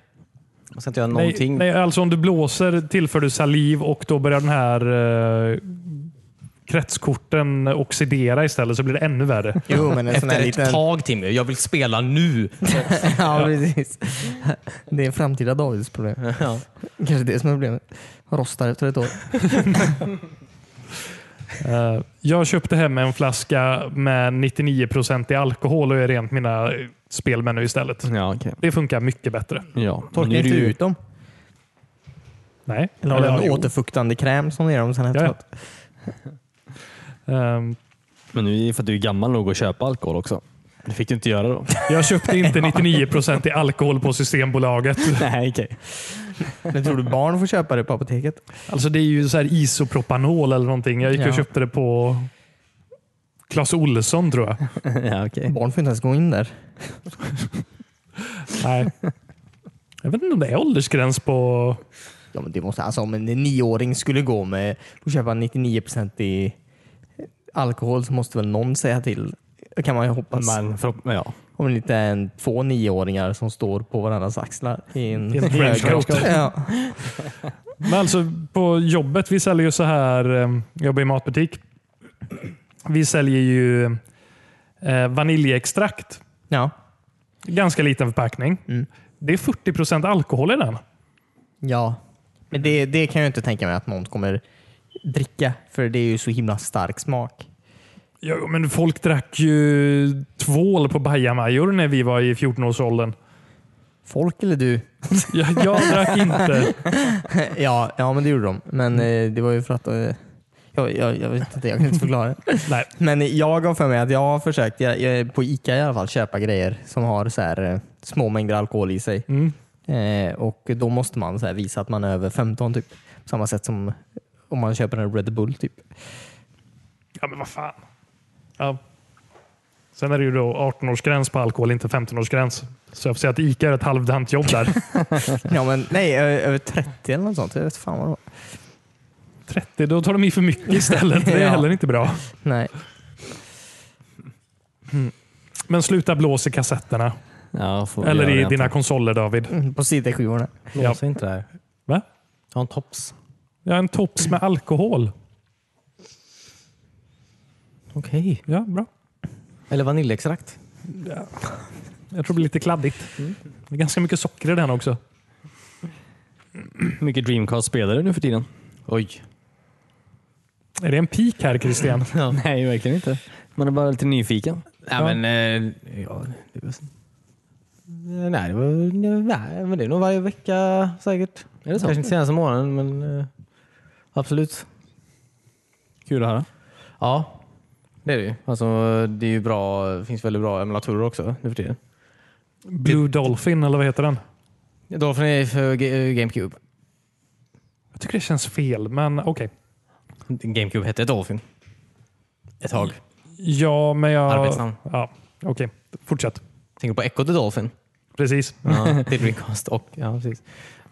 Man ska inte göra Nej, någonting. nej, alltså om du blåser tillför du saliv och då börjar den här eh, kretskorten oxidera istället så blir det ännu värre. Jo, men en sån Efter här ett liten... tag Timmy. Jag vill spela nu. ja, precis. Det är en framtida Davids problem. ja. Kanske det som är problemet. Rostar efter ett år. Eh, jag köpte hem en flaska med 99% i alkohol och jag rent mina eh, spel med nu istället. Ja, okej. Det funkar mycket bättre. Ja. Torkar Nu är inte det ju- du ut dem? Nej. Eller har du en jo. återfuktande kräm som ger dem sen Ja, ja. efteråt? Ehm, Men nu är det för att du är gammal nog att köpa alkohol också. Det fick du inte göra då. jag köpte inte 99% i alkohol på Systembolaget. nej, okej. Men tror du barn får köpa det på apoteket? Alltså det är ju så här isopropanol eller någonting. Jag gick Ja. och köpte det på Clas Ohlson tror jag. ja, okej. Barn får inte ens gå in där. Nej. Jag vet inte om det är åldersgräns på... Ja, men det måste, alltså, om en nioåring skulle gå med och köpa 99% i alkohol så måste väl någon säga till. Det kan man ju hoppas. Men förhopp- ja. Om det inte är en, två nioåringar som står på varandras axlar i en, I en trenchcoat. Ja. Men alltså på jobbet, vi säljer ju så här... eh, Jag jobbar i matbutik. Vi säljer ju eh, vaniljextrakt. Ja. Ganska liten förpackning. Det är 40 alkohol i den. ja. Men det, det kan jag inte tänka mig att någon kommer dricka för det är ju så himla stark smak. Ja, men folk drack ju tvål på bajamajor när vi var i 14-årsåldern. Folk eller du? Jag, jag drack inte. ja, ja, men det gjorde de. Men eh, det var ju för att... Eh, jag, jag, jag vet inte, jag kan inte förklara det. Nej. Men jag har för mig att jag har försökt, jag, jag, på Ica i alla fall, köpa grejer som har så här, eh, små mängder alkohol i sig. Mm. Eh, och Då måste man så här, visa att man är över 15 typ. På samma sätt som om man köper en Red Bull typ. Ja, men vad fan. Ja. Sen är det ju då 18-årsgräns på alkohol, inte 15-årsgräns. Så jag får säga att ICA är ett halvdant jobb där. Ja, men, nej, ö- över 30 eller något sånt. Jag vet fan vad det var. 30, då tar de i för mycket istället. Det är Ja. heller inte bra. Nej. Men sluta blås i kassetterna. ja får vi Eller göra i det dina inte. konsoler David. Mm, På sidan 7 orna. Blåsa inte där. Va? Ta en tops. Jag har en tops med alkohol. Okej. Ja, bra. Eller vaniljextrakt. Jag tror det blir lite kladdigt. Mm. Det är ganska mycket socker i den också. Hur mycket Dreamcast-spelare nu för tiden? Oj. Är det en pik här Christian? Nej, verkligen inte. Man är bara lite nyfiken. Nej, men, eh, ja, det var, nej, det var, nej, men det är nog varje vecka säkert. Är det så? Kanske inte senaste månaden, men eh, absolut. Kul att höra. Ja, det är det ju. Alltså, det är ju bra, det finns väldigt bra emulatorer också nu för tiden. Blue Dolphin eller vad heter den? Dolphin är för G- GameCube. Jag tycker det känns fel, men okej. GameCube hette Dolphin. Ett tag. Ja, men jag... Arbetsnamn. Ja, okej. Fortsätt. Tänker på Echo the Dolphin. Precis. Mm. Ja, till Dreamcast och... Ja, precis.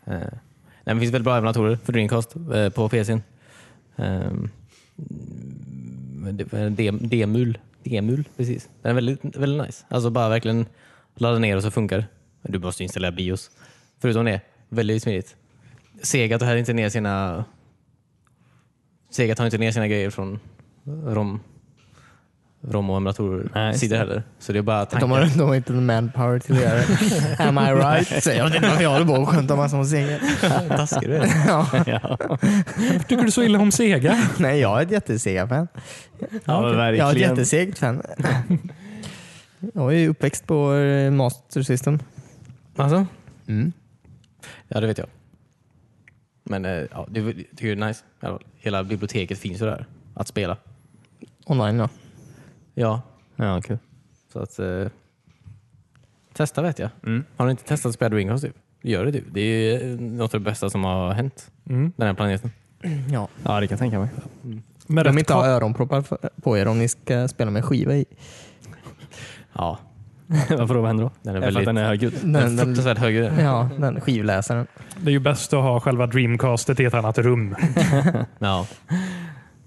Eh, nej, men det finns väldigt bra emulatorer för Dreamcast eh, på PCn. Um, Demul. Demul, precis. Den är väldigt, väldigt nice. Alltså bara verkligen ladda ner och så funkar det. Men Du måste installera BIOS. Förutom det, väldigt smidigt. Sega tar här inte ner sina... Sega tar inte ner sina grejer från ROM. Rom-emulatorer Nej, sitter heller. Så det är bara De tankar. har, de har inte the manpower till att göra det. Am I right? Säger jag till när jag håller på och skämtar massa om segel. Taskig du är. Ja. Tycker du så illa om Sega? Nej, jag är ett jättesega-fan. Ja, verkligen. Jag är ett jättesegt fan. Jag är ju uppväxt på eh, Master System. Alltså? Ja, det vet jag. Men eh, ja, det, jag tycker det är nice. I alla fall. Hela biblioteket finns ju där att spela. Online ja. Ja. Ja, kul. Så att... Eh, testa vet jag. Har ni inte testat att spela Dreamcast typ? Gör det du. Det är ju eh, något av det bästa som har hänt den här planeten. ja. Ja, det kan jag tänka mig. Med Om rätt inte har öronproppar för- på er om ni ska spela med skiva i. Ja. Varför då? Vad händer då? Den är Jag för att väldigt... den är högljudd. Den Den, är den, fruktansvärt hög. den. ja, den skivläsaren. Det är ju bäst att ha själva Dreamcastet i ett annat rum. Ja.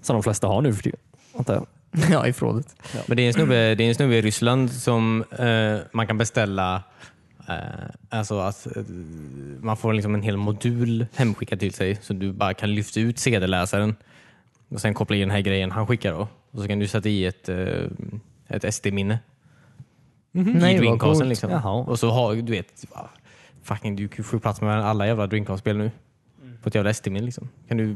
Som de flesta har nu för tiden. Antar jag. Ja, i förrådet. Men det är en snubbe, det är en snubbe i Ryssland som eh, man kan beställa eh, Alltså att eh, man får liksom en hel modul hemskickad till sig så du bara kan lyfta ut CD-läsaren och sen koppla i den här grejen han skickar då. Och så kan du sätta i ett, eh, ett SD-minne Mm. i Nej, vad Dreamcasten. coolt. Liksom. Jaha. Och så har du vet, va, fucking du kan ju få plats med alla jävla Dreamcast-spel nu. På ett jävla SD-minne liksom. Kan du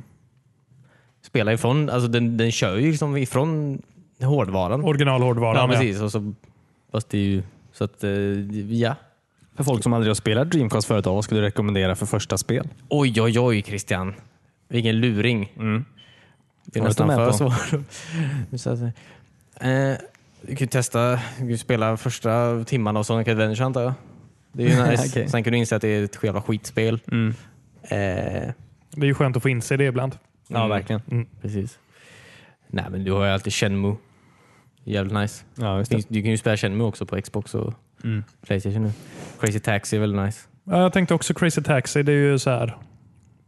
spela ifrån, alltså den, den kör ju liksom ifrån hårdvaran. Originalhårdvaran. Ja, ja. precis. Och så, fast det är ju... Så att, eh, ja. För folk som aldrig har spelat Dreamcast förut, vad skulle du rekommendera för första spel? Oj, oj, oj Christian. Vilken luring. Det är Vad nästan är för det svår. Så att, eh, du kan ju testa, du kan ju spela första timmarna av Sonic Adventure antar jag. Det är ju nice. Okej. Sen kan du inse att det är ett jävla skitspel. Eh, Det är ju skönt att få inse det ibland. Ja, verkligen. precis. Nej, men du har ju alltid Shenmue. Jävligt nice. Ja, just det. Finns- Du kan ju spela Shenmue också på Xbox och Playstation nu. Crazy Taxi är väldigt nice. Ja, Jag tänkte också Crazy Taxi. Det är ju så här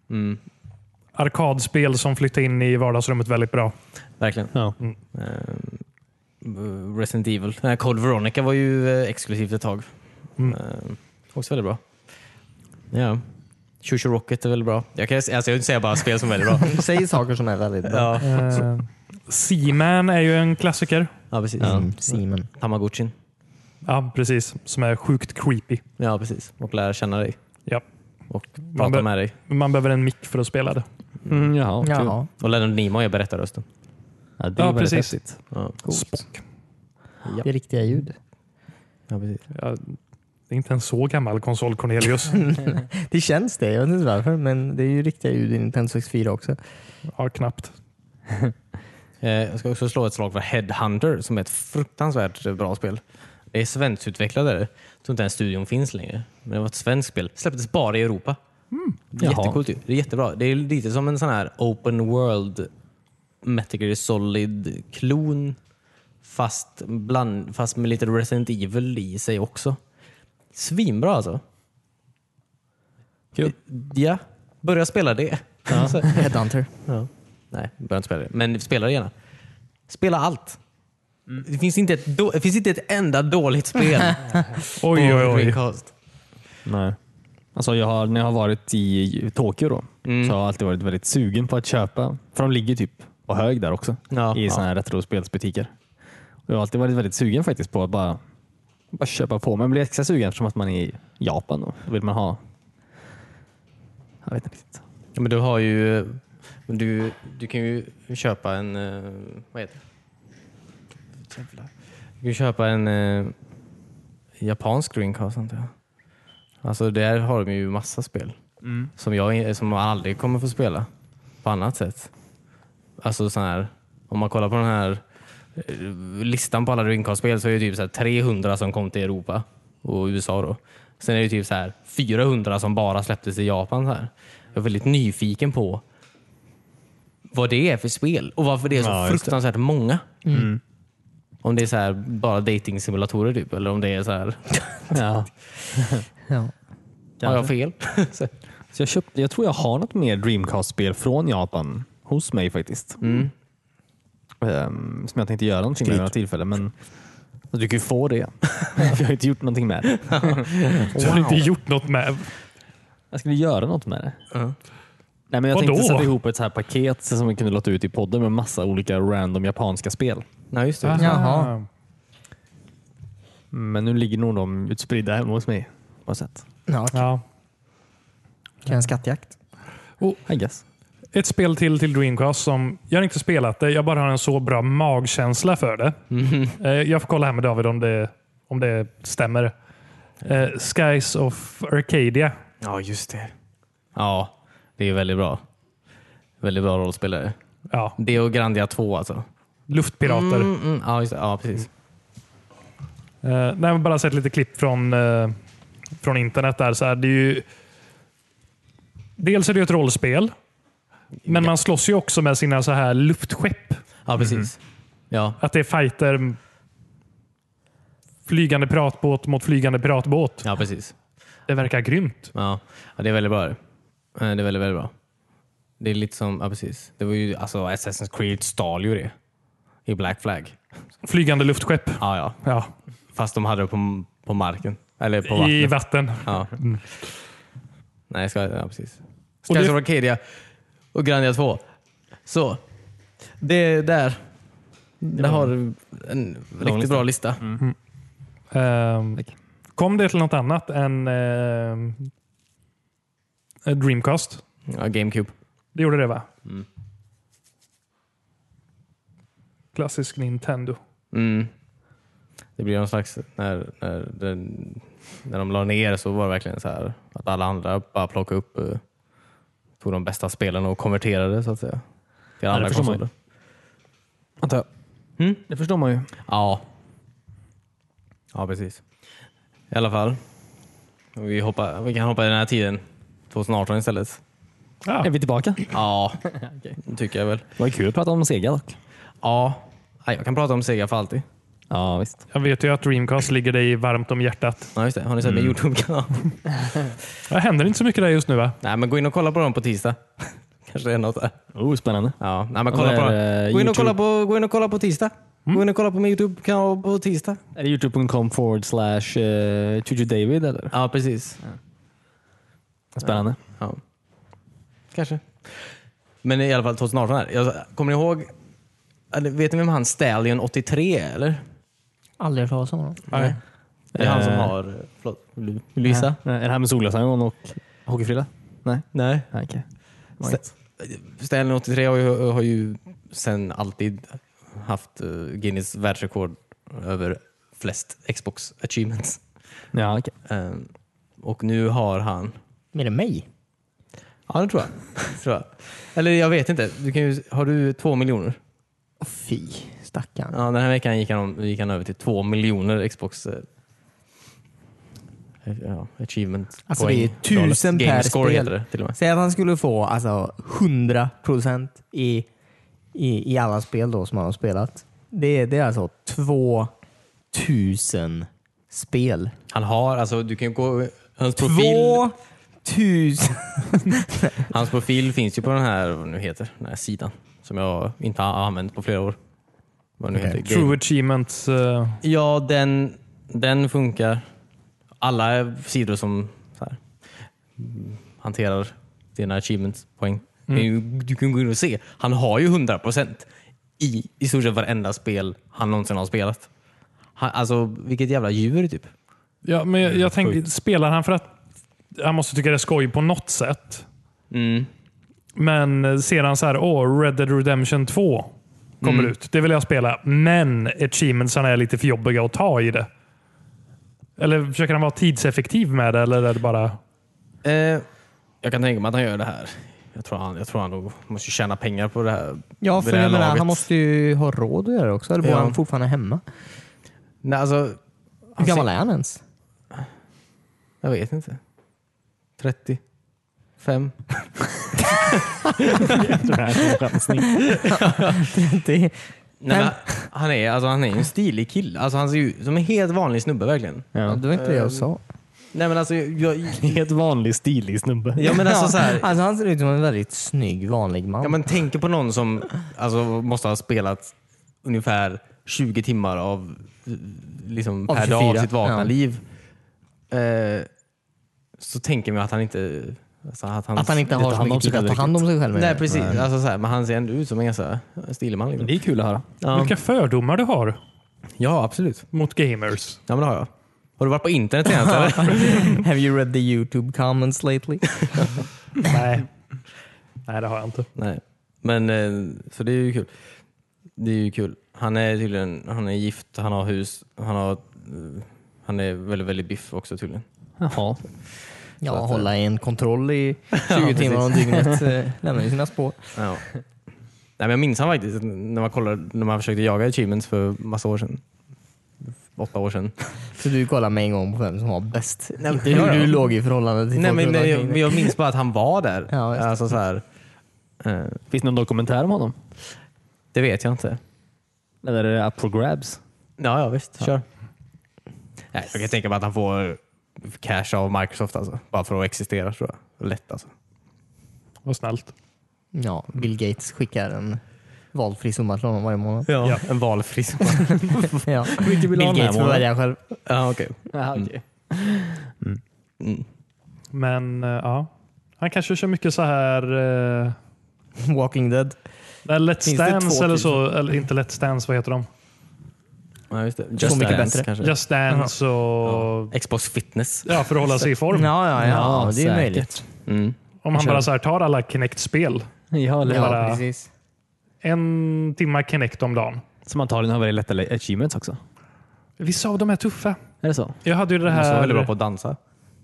Mm, arkadspel som flyttar in i vardagsrummet väldigt bra. verkligen. Ja. Eh, Resident Evil. Den här Code Veronica var ju eh, exklusivt ett tag. Mm. Eh, också väldigt bra. Ja. Shushu Rocket är väldigt bra. Jag kan alltså jag vill inte säga bara spel som är väldigt bra. Säg saker som är väldigt bra. ja. Eh, Seaman är ju en klassiker. ja, precis. Mm, Simon. Tamagotchin. Ja, precis. Som är sjukt creepy. Ja, precis. Och lära känna dig. Ja. Och Man, prata be- med dig. man behöver en mick för att spela det. Mm, jaha, kul. Jaha. Och Leonard Nimoy är berättarrösten. Ja, det är Ja, väldigt precis. häftigt. Ja. Spock. Det är riktiga ljud. Ja, precis. Ja, det är inte en så gammal konsol, Cornelius. Det känns det. Jag vet inte varför, men det är ju riktiga ljud i Nintendo 64 också. ja, knappt. Eh, Jag ska också slå ett slag för Headhunter som är ett fruktansvärt eh, bra spel. Det är svenskutvecklat. är det. Jag tror inte ens studion finns längre. Men det var ett svenskt spel. Släpptes bara i Europa. Jaha. Jättecoolt ju. Det är jättebra. Det är lite som en sån här open world Metal Gear Solid-klon fast, bland, fast med lite Resident Evil i sig också. Svinbra alltså. Kul. Ja, börja spela det. Så- Headhunter. Nej, börja inte spela det. Men spela det gärna. Spela allt. Det, finns inte ett då, det finns inte ett enda dåligt spel Oj, oj, oj. Dreamcast. Nej. Alltså jag har, när jag har varit i Tokyo då, Mm. så har jag alltid varit väldigt sugen på att köpa. För de ligger typ på hög där också. Ja, I ja. såna här retrospelsbutiker. Och jag har alltid varit väldigt sugen faktiskt på att bara, bara köpa på mig. Man blir extra sugen eftersom att man är i Japan. Då. då vill man ha... Jag vet inte riktigt. Ja, men du har ju... men Du, du kan ju köpa en... eh, Vad heter det? Jävlar. Du kan ju köpa en eh, japansk Dreamcast antar jag. Alltså där har de ju massa spel som jag som man aldrig kommer få spela på annat sätt. Alltså sån här, om man kollar på den här eh, listan på alla Dreamcast-spel så är det typ så här 300 som kom till Europa och USA då. Sen är det typ så här 400 som bara släpptes i Japan. Så här. Jag är väldigt nyfiken på vad det är för spel och varför det är så Ja, just det. Mm. fruktansvärt många. Om det är så här bara dating-simulatorer typ eller om det är så här, Ja. Ja. har jag fel? Så- Så jag, köpt, jag tror jag har något mer Dreamcast-spel från Japan hos mig faktiskt. Mm. Ehm, som jag tänkte göra någonting med vid något tillfälle. Men du kan ju få det. jag har inte gjort någonting med det. Du har inte gjort något med. Jag skulle göra något med det. Nej, men jag Vadå? tänkte sätta ihop ett så här paket som vi kunde låta ut i podden med massa olika random japanska spel. Ja, just det. Jaha. Men nu ligger nog de utspridda hemma hos mig. På något sätt. Ja, Ja. kan en skattjakt. Oh. I guess. Ett spel till till Dreamcast som jag har inte spelat det. Jag bara har en så bra magkänsla för det. Eh, Jag får kolla här med David om det, om det stämmer. Eh, Skies of Arcadia. Ja, just det. Ja, Det är väldigt bra. Väldigt bra rollspelare. Ja, Det och Grandia 2 alltså. luftpirater. Mm, mm, ja, just det. ja, precis. Eh, nej, jag har bara sett lite klipp från, eh, från internet. där. Så här, det är ju, dels är det ju ett rollspel, men man slåss ju också med sina så här luftskepp. Mhm. Ja, precis. Ja, Att det är fighter flygande piratbåt mot flygande piratbåt. ja, precis. Det verkar grymt. Ja. ja, det är väldigt bra. Det Eh, det är väldigt, väldigt bra. Det är lite som, ja precis. Det var ju, alltså Assassin's Creed stal ju det. I Black Flag. Flygande luftskepp. Ja, ja. Ja, Fast de hade det på, på marken. Eller på I vattnet. vatten. Ja. Mm. Nej, ska, ja, precis. Och Skies det- of Arcadia och Grandia 2. Så. Det är där. Där har du en riktigt lista. Mm. bra lista. Ehm, kom det till något annat än ehm, Dreamcast? Ja, GameCube. Det gjorde det va? Klassisk Nintendo. Mm. Det blir någon slags, när, när, den, när de la ner så var det verkligen så här att alla andra bara plockade upp, eh, tog de bästa spelen och konverterade så att säga. Till andra förstår man konsoler. Antar jag. Mm. Det förstår man ju. Ja. Ja, precis. I alla fall. Vi, hoppar, vi kan hoppa i den här tiden. 2018 istället. Är vi tillbaka? Ja, tycker jag väl. Det var kul att prata om Sega dock. Ja, Nej, jag kan prata om Sega för alltid. Ja, visst. Jag vet ju att Dreamcast ligger dig varmt om hjärtat. Ja, just det. Har ni sett min Youtube-kanal? Det händer inte så mycket där just nu va? Nej, men gå in och kolla på dem på tisdag. Kanske det är något där. Oh, spännande. Ja, nej, men kolla Eller, på dem. eh, Gå in, och YouTube. kolla på, gå in och kolla på tisdag. Gå in och kolla på min Youtube-kanal på tisdag. Är det youtube.com forward slash eh, Juju David eller? Ja, precis. Spännande. Ja. Kanske. Men i alla fall 2018 här. Jag, kommer ni ihåg? eller Vet ni vem han Stallion 83 är, eller? Aldrig hört talas om honom. Nej. Det är han som Eh. har... Förlåt. Lisa? Ja. Eh, Är det här med solglasögon och hockeyfrilla? Nej. Nej. Nej, okej. Sta- Stallion 83 har ju, har ju sen alltid haft eh, Guinness världsrekord över flest Xbox achievements. Ja, okej. Eh, och nu har han Mer än mig? Ja, det tror jag. tror jag. Eller jag vet inte. Du kan ju, har du två miljoner? Åh, Fy, stackarn. Ja, den här veckan gick han, om- gick han över till två miljoner Xbox eh, ja, achievement Alltså, det är tusen per Gamescore spel. heter det till och med. Säg att han skulle få alltså, 100% i, i, i alla spel då som han har spelat. Det, det är alltså 2000 spel. Han har, alltså du kan ju gå... Hans profil, 2000! hans profil finns ju på den här, vad nu heter, den här sidan som jag inte har använt på flera år. Vad nu Okej. heter. True Achievements. eh, Ja, den, den funkar. Alla sidor som så här, mm, hanterar dina achievements-poäng. Mm. Du, du kan gå in och se. Han har ju 100% i i stort sett varenda spel han någonsin har spelat. Han, alltså, vilket jävla djur typ. ja, men jag, jag tänker, spelar han för att han måste tycka det är skoj på något sätt? Mm. Men eh, ser han så här, åh, Red Dead Redemption 2 kommer Mm. ut. Det vill jag spela, men achievementsen är lite för jobbiga att ta i det. Eller försöker han vara tidseffektiv med det? Eller är det bara... Eh, jag kan tänka mig att han gör det här. Jag tror han, jag tror han nog måste tjäna pengar på det här. Ja, vid för det här jag menar, laget. han måste ju ha råd att göra det också. Eller bor Ja. han fortfarande hemma? Nej, alltså, Hur han gammal ser- är han ens? Jag vet inte. 30? 5? Det här är en chansning. Det, Nej, men han är alltså han är ju en stilig kille. Alltså han ser ju ut som en helt vanlig snubbe verkligen. Ja. det var inte det jag sa. Nej men alltså jag... Helt vanlig stilig snubbe. Ja men alltså så här, alltså, han ser ut som en väldigt snygg vanlig man. ja, men tänk på någon som alltså, måste ha spelat ungefär 20 timmar av eh, liksom, Av per dag av 24, sitt vakna ja. liv. Eh, så tänker man att han inte Så att, han Att han inte tar har så hand om mycket tid sig att ta hand om sig själv med. Nej precis, Alltså, så här, men han ser ändå ut som en ganska stilig man. Liksom. Det är kul att höra. Ja. Vilka fördomar du har ja absolut. mot gamers. Ja men det har jag. Har du varit på internet senast eller? Have you read the YouTube comments lately? Nej. Nej, det har jag inte. Nej. Men eh, så det är ju kul. Det är ju kul. Han är tydligen han är gift, han har hus, han har eh, han är väldigt, väldigt biff också tydligen. Jaha. Ja, Så att, hålla en kontroll i 20 precis. timmar om dygnet eh, lämnar ju sina spår. Ja. Nej, men jag minns han faktiskt när man kollade, när man försökte jaga achievements för massa år sedan. Åtta år sedan. Så du kollar med en gång på vem som har bäst. Nej, inte det hur gör du jag. låg i förhållande till Nej, folk men, runt nej, jag, omkring men dig. jag minns bara att han var där. Ja, just det. alltså, så här, eh, Finns det någon dokumentär om honom? det vet jag inte. Eller är det up for grabs? Ja, ja visst. Kör. Nej, jag kan tänka mig att han får cash av Microsoft alltså. Bara för att existera tror jag. Lätt alltså. Vad snällt. Ja, Bill Gates skickar en valfri summa till honom varje månad. Ja. Ja. En valfri summa. Ja. Mycket Bill Gates får välja själv. ja, okej. Jaha, okej. Mm. Men eh, ja. Han kanske kör mycket så här eh, Walking Dead. Let's Finns det två Dance eller till? så. Eller inte Let's Dance, vad heter de? Ja, just det. Just Så mycket Dance, bättre. Kanske. Just Dance och... Xbox fitness. Ja, för att hålla sig i form. Ja, ja, ja, det Ja, är ju säkert. möjligt. Mm. Om han bara så här tar alla Kinect-spel. Mm. Ja, eller Ja. ja. bara- precis. En timma Kinect om dagen. Som antagligen har väldigt lätta achievements också. Vissa av dem är tuffa. Är det så? Jag hade ju det Han var här väldigt bra på att dansa.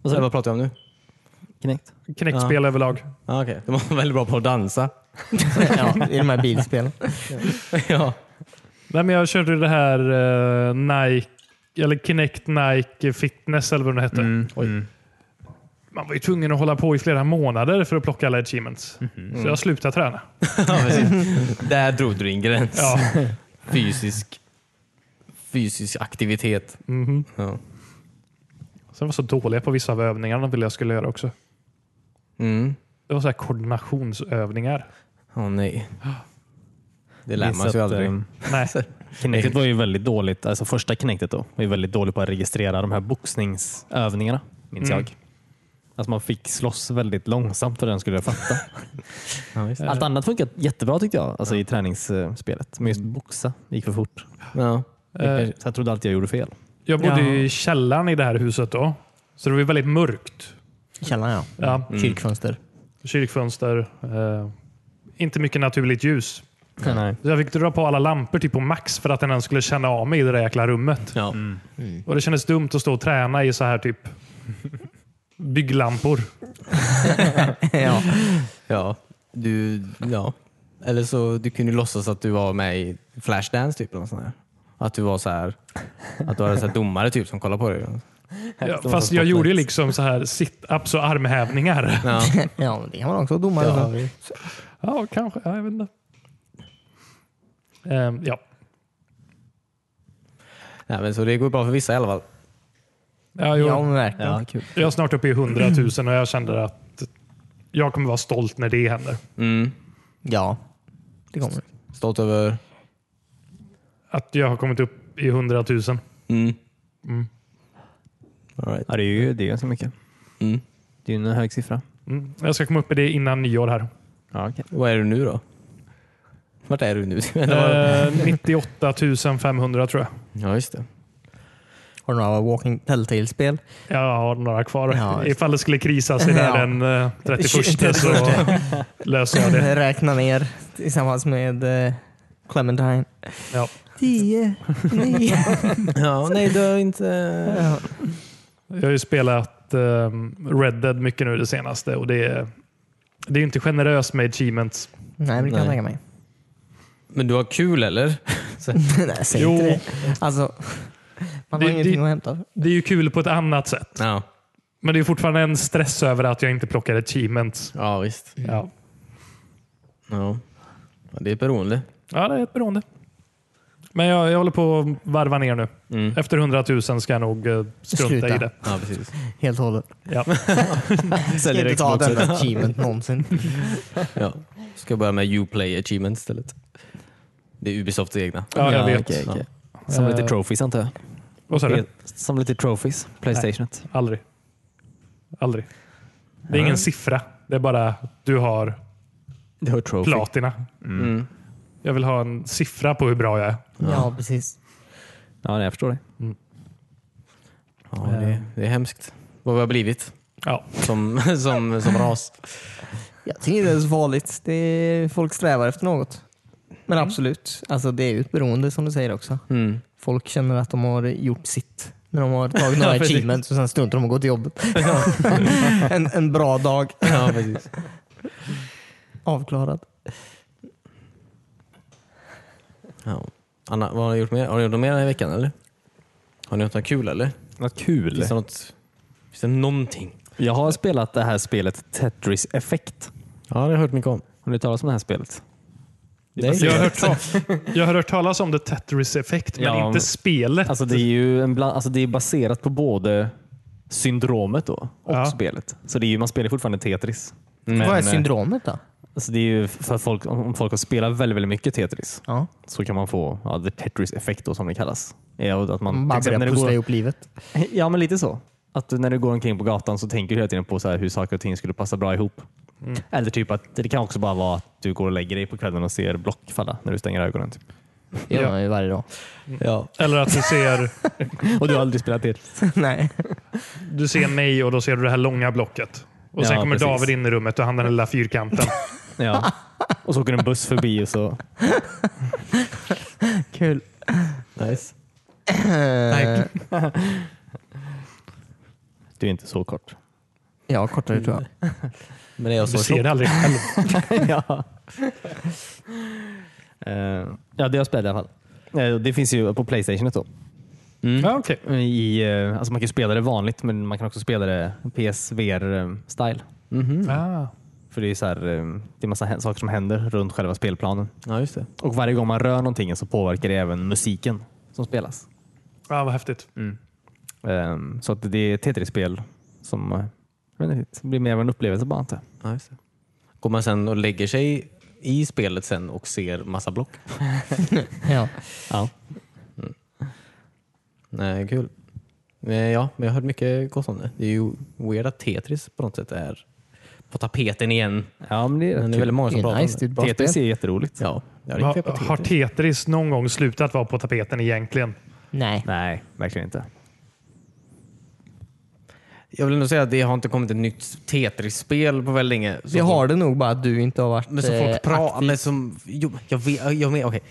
Vad Eller sa du? vad pratar jag om nu? Knäckt? Kinect-spel överlag. Ah, okej. De var väldigt bra på att dansa. ja, I de här bilspelen. ja. Nej, men jag körde ju det här eh, Nike, eller Kinect Nike Fitness eller vad det hette. Oj. Man var ju tvungen att hålla på i flera månader för att plocka alla achievements. Så jag slutade träna. Ja, precis. Där drog du din gräns. Ja. Fysisk, fysisk aktivitet. Mhm. Ja. Sen var så dåliga på vissa av övningarna ville jag skulle göra också. Mm. Det var så här koordinationsövningar. Åh nej. Det lär man sig ju eh, aldrig. Nej. Knäcket var ju väldigt dåligt, alltså första knäcket då, var ju väldigt dåligt på att registrera de här boxningsövningarna, minns Mm. jag. Alltså man fick slåss väldigt långsamt för den skulle jag fatta. Ja, visst. Allt annat funkar jättebra tyckte jag, alltså i träningsspelet. Men just boxa gick för fort. Ja. Eh, Så jag trodde alltid jag gjorde fel. jag bodde Ja. i källaren i det här huset då. Så det var ju väldigt mörkt. Källaren ja. Ja. Mm. Kyrkfönster. Kylfönster. Eh, inte mycket naturligt ljus. Nej. Så jag fick dra på alla lampor typ på max för att den ens skulle känna av mig i det där jäkla rummet. Ja. Mm. Och Det kändes dumt att stå och träna i så här typ bygglampor. ja. ja. Du, ja. Eller så du kunde ju låtsas att du var med i Flashdance typ. eller något sånt här. Att du var så här, att du hade så här domare typ som kollade på dig. Ja, fast jag gjorde ju liksom så här sit-ups och armhävningar. Ja. ja, men det kan man också vara domare Ja. för. Ja, kanske. Ja, jag vet inte. Ehm, ja. Nej, men så det går bra för vissa i alla fall. Ja, jo. Ja, men verkligen. Ja, kul. Jag är snart uppe i 100 000 och jag känner att jag kommer vara stolt när det händer. Mm. Ja, det kommer det. Stolt över... Att jag har kommit upp i 100 000. Mm. Mm. All right. Ja, det är ju det är ganska mycket. mm. Det är ju en hög siffra. Mm. Jag ska komma upp i det innan nyår här. Ja, okej. Vad är du nu då? Vart är du nu? Ehm, 98 500 tror jag. ja, just det. Har du några Walking Telltale-spel? Jag har några kvar. Ja, just Ifall det skulle krisa sig där Ja. den eh, 31 så löser jag det. Räkna ner tillsammans med eh, Clementine. Ja. Tio, nio. Ja, nej, du har inte... Ja. Jag har ju spelat eh, Red Dead mycket nu det senaste och det är, det är inte generöst med achievements. Nej, men det kan jag Nej. tänka mig. Men du har kul eller? Nej, säg Jo. inte det. Alltså, man har Det- ingenting det- att hämta. för. Det är ju kul på ett annat sätt, Ja, men det är fortfarande en stress över att jag inte plockar achievements. ja visst. Mm. Ja, Ja. Ja, det är beroende. ja det är ett beroende. Men jag, jag håller på att varva ner nu. Mm. Efter 100 000 ska jag nog eh, strunta Sluta. i det. Ja, precis. Helt och hållet. Ja. Jag Säljer ska inte ta ett Xboxen. enda achievement någonsin. Ja. Ska jag börja med Uplay Achievement istället. Det är Ubisofts egna. Ja, jag vet. okej, okej. Som lite trophies antar jag. Vad sa du? Som lite trophies, Playstationet. Aldrig. Aldrig. Det är ingen siffra. Det är bara du har Det hör trophy. platina. Mm. Jag vill ha en siffra på hur bra jag är. Ja, precis. Ja, nej, jag förstår det. Ja, det, det är hemskt vad vi har blivit Ja. som, som, som ras. Jag tycker inte det är så farligt. Det är, folk strävar efter något. Men Mm. absolut, alltså det är ju ett beroende som du säger också. Mm. Folk känner att de har gjort sitt när de har tagit några precis. achievements och sen struntar de att gå till jobbet. en, en bra dag. Ja, precis. Avklarad. Ja. Anna, vad har du gjort mer? Har du gjort något mer den här veckan eller? Har ni gjort något kul eller? Vad kul. Finns det, något, finns det någonting? Jag har spelat det här spelet Tetris Ja, Effect. det har jag hört mycket om. Har ni talat om det här spelet? Nej. Jag har, hört ta- jag har hört talas om The Tetris Effect, men Ja, inte men- spelet. Alltså det är ju en bland, alltså det är baserat på både syndromet då och Ja. spelet. Så det är ju, man spelar fortfarande Tetris. Vad är eh, syndromet då? Alltså det är ju för att folk, om folk har spelat väldigt, väldigt mycket Tetris Ja, så kan man få ja, the Tetris effekt då, som det kallas. Ja, och att man man, bara till exempel börjar när pussla det går, ihop livet. ja, men lite så. Att du- när du går omkring på gatan så tänker du hela tiden på så här hur saker och ting skulle passa bra ihop. Eller typ att det kan också bara vara att du går och lägger dig på kvällen och ser block falla när du stänger ögonen. Typ. Det gör man ju varje dag. Ja. Eller att du ser, Och du har aldrig spelat Tetris. Nej. du ser mig och då ser du det här långa blocket. Och Sen Ja, kommer precis. David in i rummet och han den lilla fyrkanten. Ja. Och så åker en buss förbi och så Kul. Nice. Eh, Du är inte så kort. Ja, kortare tror jag. Men är jag Du så ser tjock? det aldrig själv. ja. Eh, ja, det har jag spelat i alla fall. Eh, Det finns ju på Playstation då. Ja, okej. I, eh, alltså man kan ju spela det vanligt, men man kan också spela det PSVR-style. Ah. För det är, så här, eh, det är massa hä- saker som händer runt själva spelplanen. Ja, just det. Och varje gång man rör någonting så påverkar det även musiken som spelas. Ah, vad häftigt. Eh, Så att det är ett Tetris-spel som eh, jag vet inte, blir mer av en upplevelse bara. Inte. Ja, just det. Går man sen och lägger sig i spelet sen och ser massa block? Ja. Ja. Nej, kul. Men ja, men jag har hört mycket gott om det. Det är ju weird att Tetris på något sätt är på tapeten igen. ja, men det Men är, det rätt är kul. väldigt många Det som är pratar nice. Det är om det. ett bra spel. Tetris är jätteroligt. Ja, jag är Ha, riktigt på har Tetris. Tetris någon gång slutat vara på tapeten egentligen? Nej. Nej, verkligen inte. Jag vill nog säga att det har inte kommit ett nytt Tetris-spel på väldigt länge. Så Det har det nog bara att du inte har varit... Men som eh, folk pratar... Men som, jo, jag vet, jag men, okej.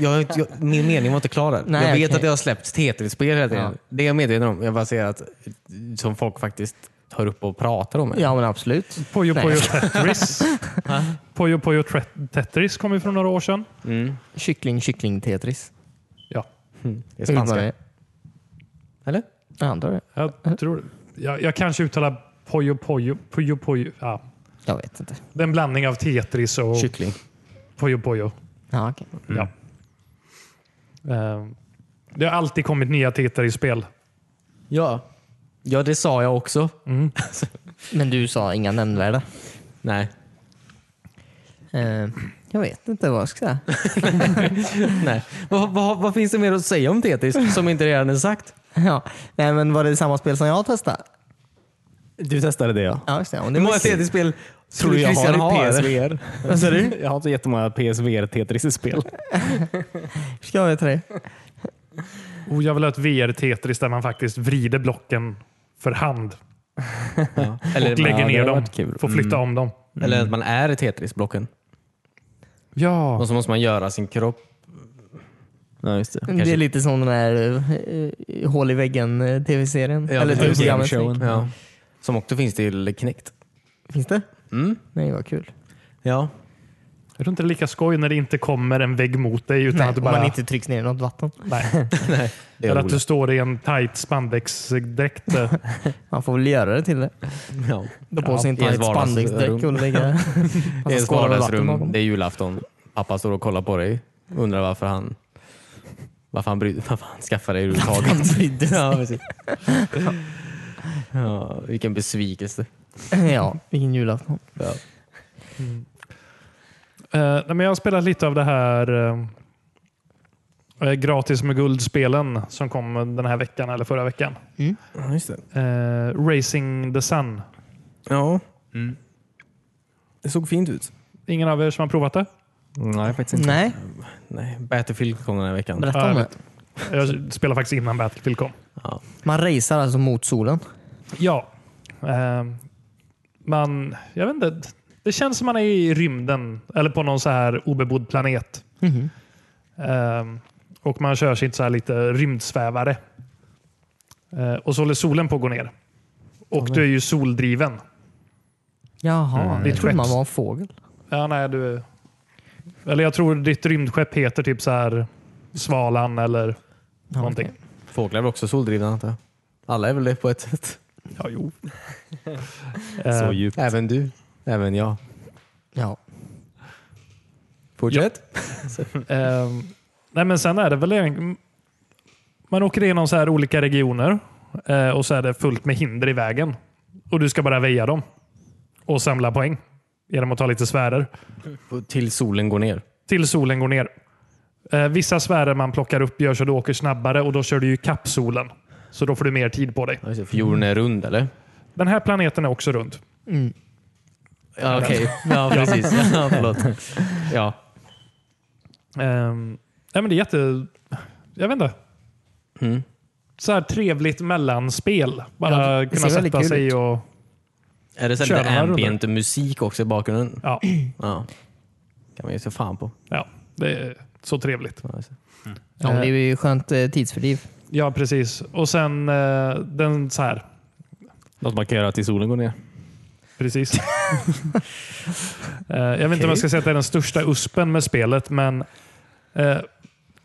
jag, har inte- jag, min mening var inte klar där. Nej, jag vet okej. att det har släppts Tetris-spel hela tiden. Ja. Det är jag medveten om. Jag bara säger att som folk faktiskt tar upp och pratar om. Ja, men absolut. Poyo Nej. Poyo Tetris. Poyo Poyo Tre- Tetris kom ju för några år sedan. Kyckling, kyckling, Tetris. Ja, Det är Hur man spanska. är. Eller? Jag antar det. jag tror jag, jag kanske uttalar Poyo Poyo Poyo Poyo. Ja. Jag vet inte. Det är en blandning av Tetris och Kyckling. Poyo Poyo. Ja, okej. Ja. Eh, Det har alltid kommit nya Tetris-spel. Ja. ja, det sa jag också. Men du sa inga nämnvärda. Nej. Eh, jag vet inte vad jag ska säga. Nej. Vad, vad, vad finns det mer att säga om Tetris som inte redan är sagt? ja. Nej, men var det samma spel som jag testade? Du testade det ja. Ja, just det. Och det Hur många var kul. Tetris-spel Tror du jag Christian har i eller? PSVR? Vad sa du? Jag har inte jättemånga PSVR Tetris-spel. Ska jag till dig? Och Oh, jag vill ha ett VR-Tetris där man faktiskt vrider blocken för hand. Eller, Och lägger det ner har dem. varit kul. Mm. Får flytta om dem. eller att man är i Tetris-blocken. Ja. Och så måste man göra sin kropp. Ja, just det. Det Kanske- är lite som den här eh, eh, hål i väggen eh, tv-serien. Ja, Eller typ precis. tv-programmet. Gameshowen. Ja. Mm. Som också finns till Kinect. Finns det? Mm. Nej, vad kul. Ja. Jag tror inte det är lika skoj när det inte kommer en vägg mot dig. Utan Nej, att du om bara... man inte trycks ner i något vatten. Nej. Det Eller att du står i en tight spandexdräkt. eh, Man får väl göra det till det. ja. Då på sig en i ens tight vardagsrum. spandexdäck och lägga I massa ens skålar med vatten vardagsrum. bakom. Det är julafton. Pappa står och kollar på dig. Undrar varför han varför han, bry, varför han skaffade dig överhuvudtaget. brydde sig. ja, precis. Ja, vilken besvikelse. Ja, vilken julafton. Ja. nej, men jag har spelat lite av det här eh, gratis med guld-spelen som kom den här veckan eller förra veckan. Mm. just det. Mm. Eh, Racing the Sun. Ja. Det såg fint ut. Ingen av er som har provat det? Nej, faktiskt inte. Nej, Nej, Battlefield kom den här veckan. berätta om Ja, det. jag Jag spelade faktiskt innan Battlefield kom. Man racear alltså mot solen. Ja. Ehm, man, jag vet inte. Det känns som man är i rymden eller på någon så här obebodd planet. Mhm. Ehm, och man kör sitt så här lite rymdsvävare. Eh, och så håller solen på att gå ner. Och du är ju soldriven. Jaha, Mm, det är jag trodde man skepp. var en fågel. Ja, nej, du... Eller jag tror ditt rymdskepp heter typ så här Svalan eller någonting. Fåglar är väl också soldrivna antar jag? Alla är väl det på ett sätt? Ja, jo. Så Eh, djupt. Även du. Även jag. Ja. Fortsätt. Ehm, nej men sen är det väl en, Man åker igenom så här olika regioner eh, och så är det fullt med hinder i vägen. Och du ska bara väja dem och samla poäng genom att ta lite sfärer. Och Till solen går ner. Till solen går ner. Eh, vissa sfärer man plockar upp gör så du åker snabbare och då kör du ju kapp solen. Så då får du mer tid på dig. Ja, just det, För jorden är rund eller? Den här planeten är också rund. Ja, okej. Ja, precis. Ja, förlåt. Ja. Ehm, nej men det är jätte... Jag vet inte. Mm. Så här trevligt mellanspel. Ja, Bara det ser kunna väldigt sätta kul sig ut. och... Är det så Kör här den här lite ambient musik också i bakgrunden? Ja. Ja. kan man ge sig fan på. Ja, det är så trevligt. Ja, just det. ja men det är ju skönt eh, tidsfördriv. Ja, precis. Och sen eh, den så här. Något man kan göra tills solen går ner. Precis. Eh, jag vet inte om jag ska säga att det är den största uspen med spelet, men eh,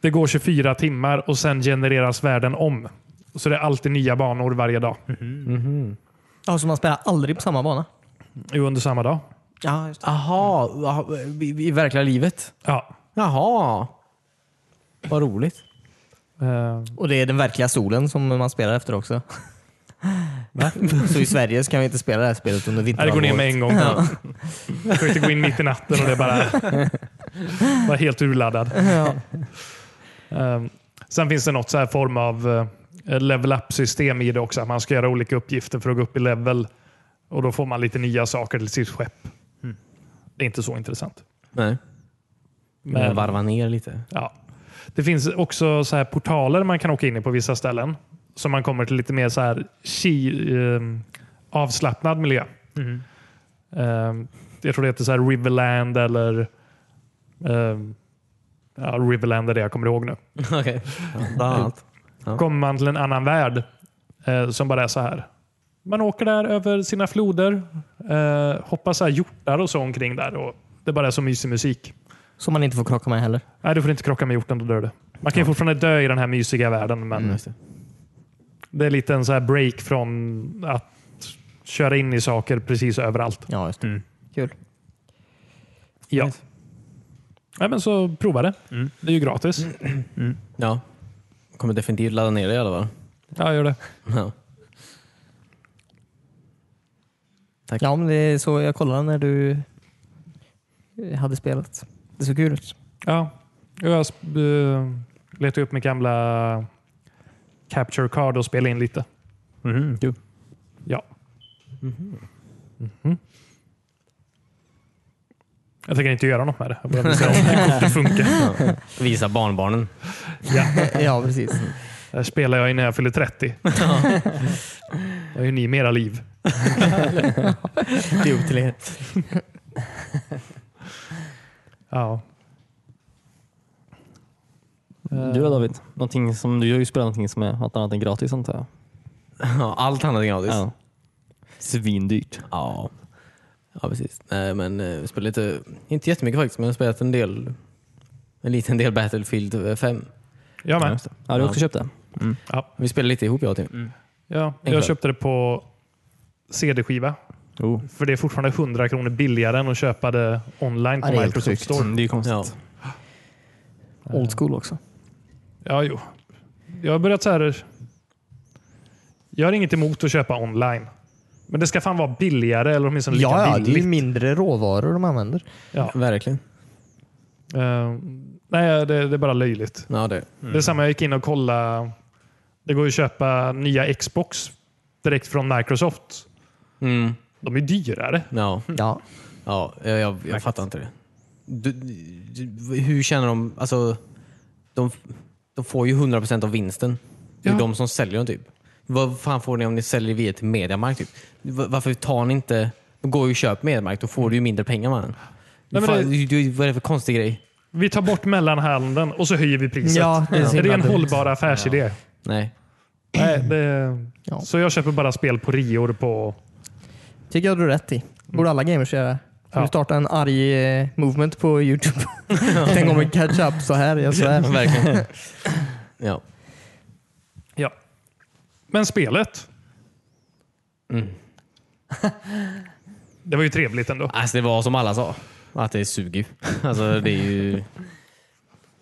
det går 24 timmar och sen genereras världen om. Så det är alltid nya banor varje dag. Ja, så man spelar aldrig på samma bana? Jo, under samma dag. Ja, just det. Aha, i, i verkliga livet? Ja. Jaha. Vad roligt. Eh, Och det är den verkliga solen som man spelar efter också. så i Sverige så kan vi inte spela det här spelet under Nej, det går vinterhalvåret. ner med en gång. Ja. Jag kan inte gå in mitt i natten och det är bara var helt urladdad. Ehm, sen finns det något så här form av eh, level up-system i det också. Att man ska göra olika uppgifter för att gå upp i level och då får man lite nya saker till sitt skepp. Det är inte så intressant. Nej. Men- Men varva ner lite. Ja. Det finns också så här portaler man kan åka in i på vissa ställen. Så man kommer till lite mer så här chi, ehm, avslappnad miljö. Ehm, jag tror det heter så här Riverland eller ehm, ja, Riverland är det jag kommer ihåg nu. Okej. Ja, bland annat. Kommer man till en annan värld eh, som bara är så här. Man åker där över sina floder, eh, hoppar så här hjortar och så omkring där. Och det bara är så mysig musik. Som man inte får krocka med heller. Nej, du får inte krocka med hjorten, då dör du. Man kan ju fortfarande dö i den här mysiga världen, men Mm, Just det. det är lite en så här break från att köra in i saker precis överallt. Ja, just det. Kul. Mm. Ja. Nej, men så prova det. Mm. Det är ju gratis. Ja. Kommer definitivt ladda ner det i alla fall. Ja, gör det. Ja. Ja, men det är så jag kollade när du eh, hade spelat. Det såg kul ut. Ja. Jag uh, letade upp mitt gamla capture card och spelade in lite. Mm, kul. Ja. Mhm. Jag tänker inte göra något med det. Jag behöver se om hur kortet funkar. Visa barnbarnen. Ja. ja, precis. Det här spelar jag innan jag fyller 30. Då är ju ni mera liv. Det är upp till er. Ja. Du då David? Någonting som, du har ju spelat någonting som är något annat än gratis antar jag? Ja, allt handlar gratis. Ja. Svindyrt. Ja. Ja, precis. Nej, men eh, jag spelar lite, inte jättemycket faktiskt, men jag har spelat en del. En liten del Battlefield eh, 5. Jag Ja, med. just det. ja, du har också köpt det? Vi spelar lite ihop jag och Tim. Ja, jag Enklare. köpte det på CD-skiva. Oh. Jo. För det är fortfarande 100 kronor billigare än att köpa det online på Ja, det är helt Microsoft sjukt. Store. Mm, det är ju konstigt. Ja. Old school också. Ja, jo. Jag har börjat så här. Jag har inget emot att köpa online. Men det ska fan vara billigare eller åtminstone lika Ja, ja, det är ju billigt. mindre råvaror de använder. Ja. Verkligen. Eh, nej, det, det är bara löjligt. Ja, det. Mm. Det är samma, jag gick in och kollade. Det går ju att köpa nya Xbox direkt från Microsoft. Mm. De är dyrare. Ja. Ja. Ja, jag, jag, jag fattar inte det. Du, du, hur känner de? Alltså, de, de får ju 100% av vinsten. Det är Ja. de som säljer dem typ. Vad fan får ni om ni säljer via till Mediamarkt? Typ? Va- Varför tar ni inte... Då går ju och köper Mediamarkt, då får du ju mindre pengar mannen. Mm. men Fan, det- du, du, vad är det för konstig grej? Vi tar bort mellanhanden och så höjer vi priset. Ja, det är så är det himla en dumt. hållbar affärsidé? Nej. Nej, det... Ja. Så jag köper bara spel på rior på... tycker jag du har rätt i. Borde Mm. alla gamers göra. Ska Ja. du starta en arg eh, movement på Youtube? Tänk om en catch up så här. Jag svär. Verkligen. ja. Ja. Men spelet. det var ju trevligt ändå. Alltså det var som alla sa. Att det suger ju. Alltså det är ju...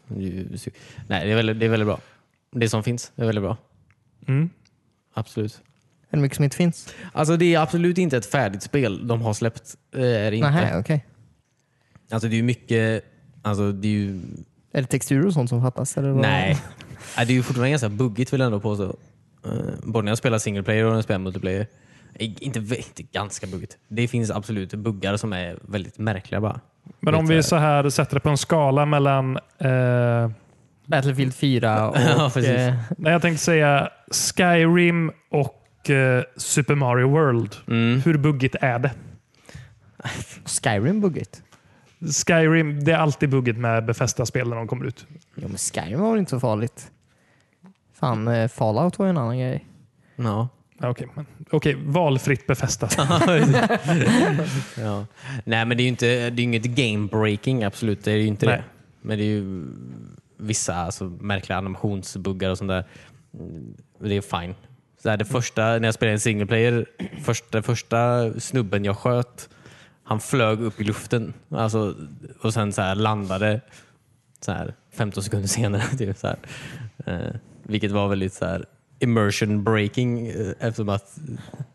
Det är ju sug- Nej, det är, väldigt, det är väldigt bra. Det som finns är väldigt bra. Mm. Absolut. Är det mycket som inte finns? Alltså det är absolut inte ett färdigt spel de har släppt. eh, Är det inte. Nej, okej. Alltså det är ju mycket... Alltså det är ju... Är det texturer och sånt som fattas? Eller vad? Nej. Nej, det är ju fortfarande ganska buggigt vill jag ändå påstå. Eh, Både när jag spelar single player och när jag spelar multiplayer. Eh, Inte, vä- inte ganska buggigt. Det finns absolut buggar som är väldigt märkliga bara. Men om Lite- vi så här sätter det på en skala mellan... Eh, Battlefield 4 och... Ja, precis. eh, nej, jag tänkte säga Skyrim och eh, Super Mario World. Hur buggigt är det? Skyrim buggigt? Skyrim, det är alltid buggigt med Befästa-spel när de kommer ut. Jo, men Skyrim var väl inte så farligt? Fan, eh, Fallout var ju en annan grej. Ja. Ja, Okej, men- okej, valfritt Befästa. Ja. Nej, men det är ju inte, det är ju inget game breaking, absolut. Det är ju inte Nej. det. Men det är ju vissa alltså, märkliga animationsbuggar och sånt där. Mm, Det är fine. Så här, det första, när jag spelade en single player, första, första snubben jag sköt, han flög upp i luften alltså, och sen så här, landade så här, 15 sekunder senare. Typ, så här. Eh, vilket var väldigt så här, immersion breaking eh, eftersom att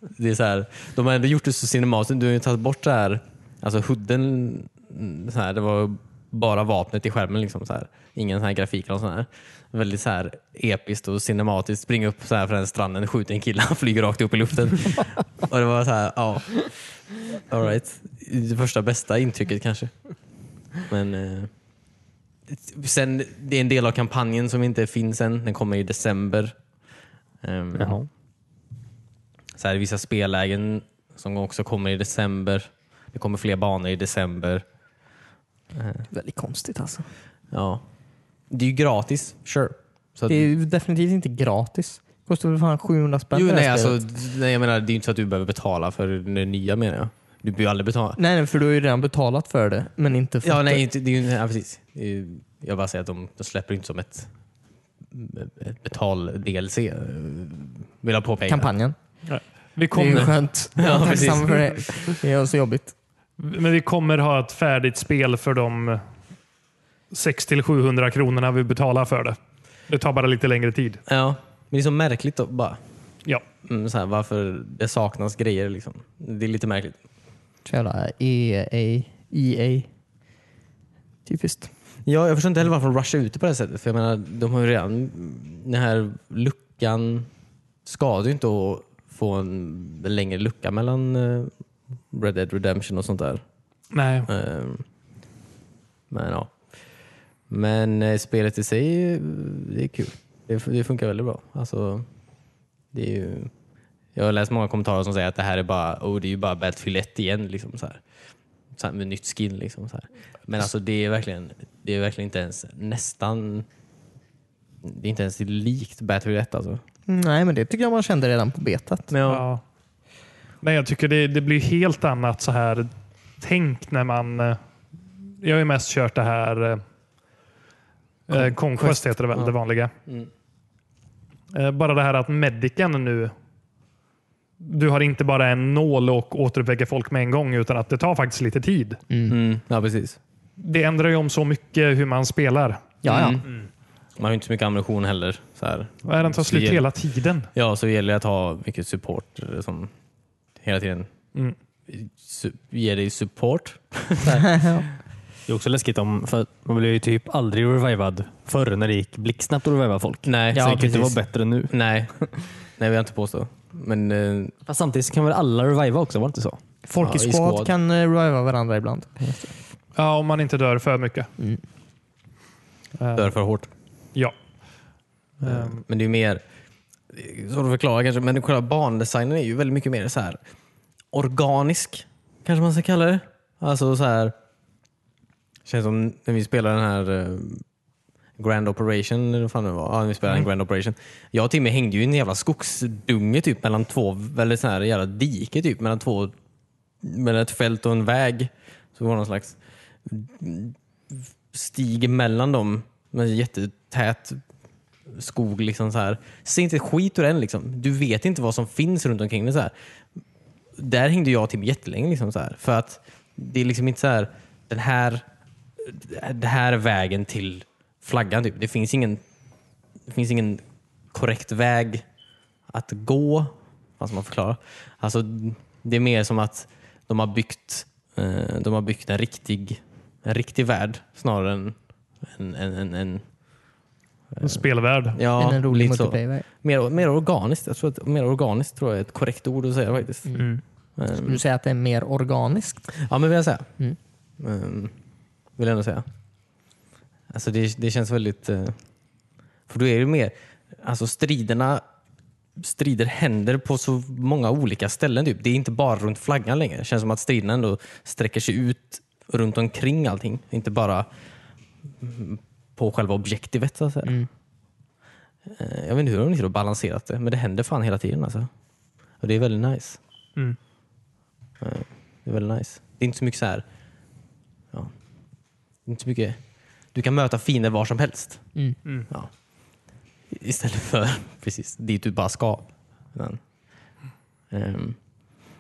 det är så här, de har ändå gjort det så cinematiskt. Du har ju tagit bort så här, alltså hooden, mm, så här, det var bara vapnet i skärmen. Liksom, så här. Ingen så här grafik eller något sånt här. Väldigt så här episkt och cinematiskt. Springa upp så här för den stranden, skjuta en kille, han flyger rakt upp i luften. och det var så här, ja. All right. Det första bästa intrycket kanske. Men eh, sen, det är en del av kampanjen som inte finns än. Den kommer i december. Ehm, Jaha. så här, vissa spellägen som också kommer i december. Det kommer fler banor i december. Väldigt konstigt alltså. Ja. Det är ju gratis, sure. Så att, Det är ju definitivt inte gratis. Kostar väl fan 700 spänn jo, det här nej, spelet. alltså, nej, jag menar, det är ju inte så att du behöver betala för det nya menar jag. Du behöver ju aldrig betala. Nej, nej, för du har ju redan betalat för det, men inte fått Ja, nej, det. inte, det är ju, ja, precis. Det är ju, jag bara säger att de, de släpper ju inte som ett, ett betal-DLC. eh, Vill jag påpeka. kampanjen. Vi Det är ju kommer, skönt. Jag är precis. tacksam för det. Det är så jobbigt. men vi kommer ha ett färdigt spel för de 600-700 kronorna vi betalar för det. Det tar bara lite längre tid. Ja, men det är så märkligt då, bara. Ja. Mm, så här, varför det saknas grejer liksom. Det är lite märkligt. Så jävla EA. EA. E Typiskt. Ja, jag förstår inte heller varför de rushar ut det på det här sättet. För jag menar, de har ju redan den här luckan skadar ju inte att få en längre lucka mellan eh, Red Dead Redemption och sånt där. Nej, Eh, Men ja. Men eh, spelet i sig, eh, det är kul. Det, det funkar väldigt bra. Alltså, det är ju, jag har läst många kommentarer som säger att det här är bara, oh, det är ju bara Battlefield 1 igen. Liksom, så här. Så här, med nytt skin. Liksom, så här. Men alltså, det, är verkligen, det är verkligen inte ens nästan... Det är inte ens likt Battlefield 1 alltså. Nej, men det tycker jag man kände redan på betat. Men ja, Ja. Nej, jag tycker det, det blir helt annat så här tänk när man... eh, Jag har ju mest kört det här eh, eh, Conquest heter det väl, det vanliga. Mm. Eh, bara det här att medicen nu du har inte bara en nål och återuppväcker folk med en gång utan att det tar faktiskt lite tid. mm, ja precis. Det ändrar ju om så mycket hur man spelar. Ja, ja. Mm. Man har ju inte så mycket ammunition heller. Så här. Och Den tar Mm, Så det slut gäller- hela tiden. Ja, så det gäller att ha mycket support eh, som hela tiden Mm. su- ger dig support. Det är också läskigt om, för att man blev ju typ aldrig revivad förr när det gick blixtsnabbt att reviva folk. Nej, så det kan ju inte precis. vara bättre nu. Nej, nej vi har inte påstå. Men eh, Fast samtidigt så kan väl alla reviva också, var det inte så? Folk Ja, i i squad, squad. kan eh, reviva varandra ibland. Ja, om man inte dör för mycket. Mm. Eh, Dör för hårt. Ja. Eh, Mm. Men det är ju mer, svårt att förklara kanske, men själva bandesignen är ju väldigt mycket mer så här organisk, kanske man ska kalla det. Alltså så här, känns som när vi spelar den här eh, Grand Operation, eller vad fan det var. Ja, när vi spelade en Grand Operation. Jag och Timmy hängde ju i en jävla skogsdunge typ mellan två, eller sån här jävla dike typ, mellan två, mellan ett fält och en väg. Så det var någon slags mm, stig mellan dem med jättetät skog. Liksom så här. Ser inte ett skit ur den. Liksom. Du vet inte vad som finns runt omkring dig. Så här. Där hängde jag till jättelänge. Liksom, så här. För att det är liksom inte så här, den här, det här är vägen till flaggan. Typ. Det, finns ingen, det finns ingen korrekt väg att gå. Vad ska man förklara? Alltså, det är mer som att de har byggt, eh, de har byggt en, riktig, en riktig värld snarare än en, en, en, en eh. en spelvärld. Ja, Än en rolig lite så. multiplayer. Mer, mer organiskt. Jag tror att, mer organiskt tror jag är ett korrekt ord att säga faktiskt. Skulle du Ehm, säga att det är mer organiskt? ja, men vill jag säga. Mm. Ehm, vill jag ändå säga. Alltså det, det känns väldigt... eh, För då är det mer... Alltså striderna... Strider händer på så många olika ställen. Typ. Det är inte bara runt flaggan längre. Det känns som att striderna ändå sträcker sig ut runt omkring allting. Inte bara mm, på själva objektivet så att säga. Mm. Eh, Jag vet inte hur de liksom har balanserat det, men det händer fan hela tiden. Alltså. Och det är väldigt nice. Mm. Eh, Det är väldigt nice. Det är inte så mycket så här... Ja. Det är inte så mycket... Du kan möta fiender var som helst. Mm. Mm. Ja. I- Istället för precis dit du bara ska. Men, ehm,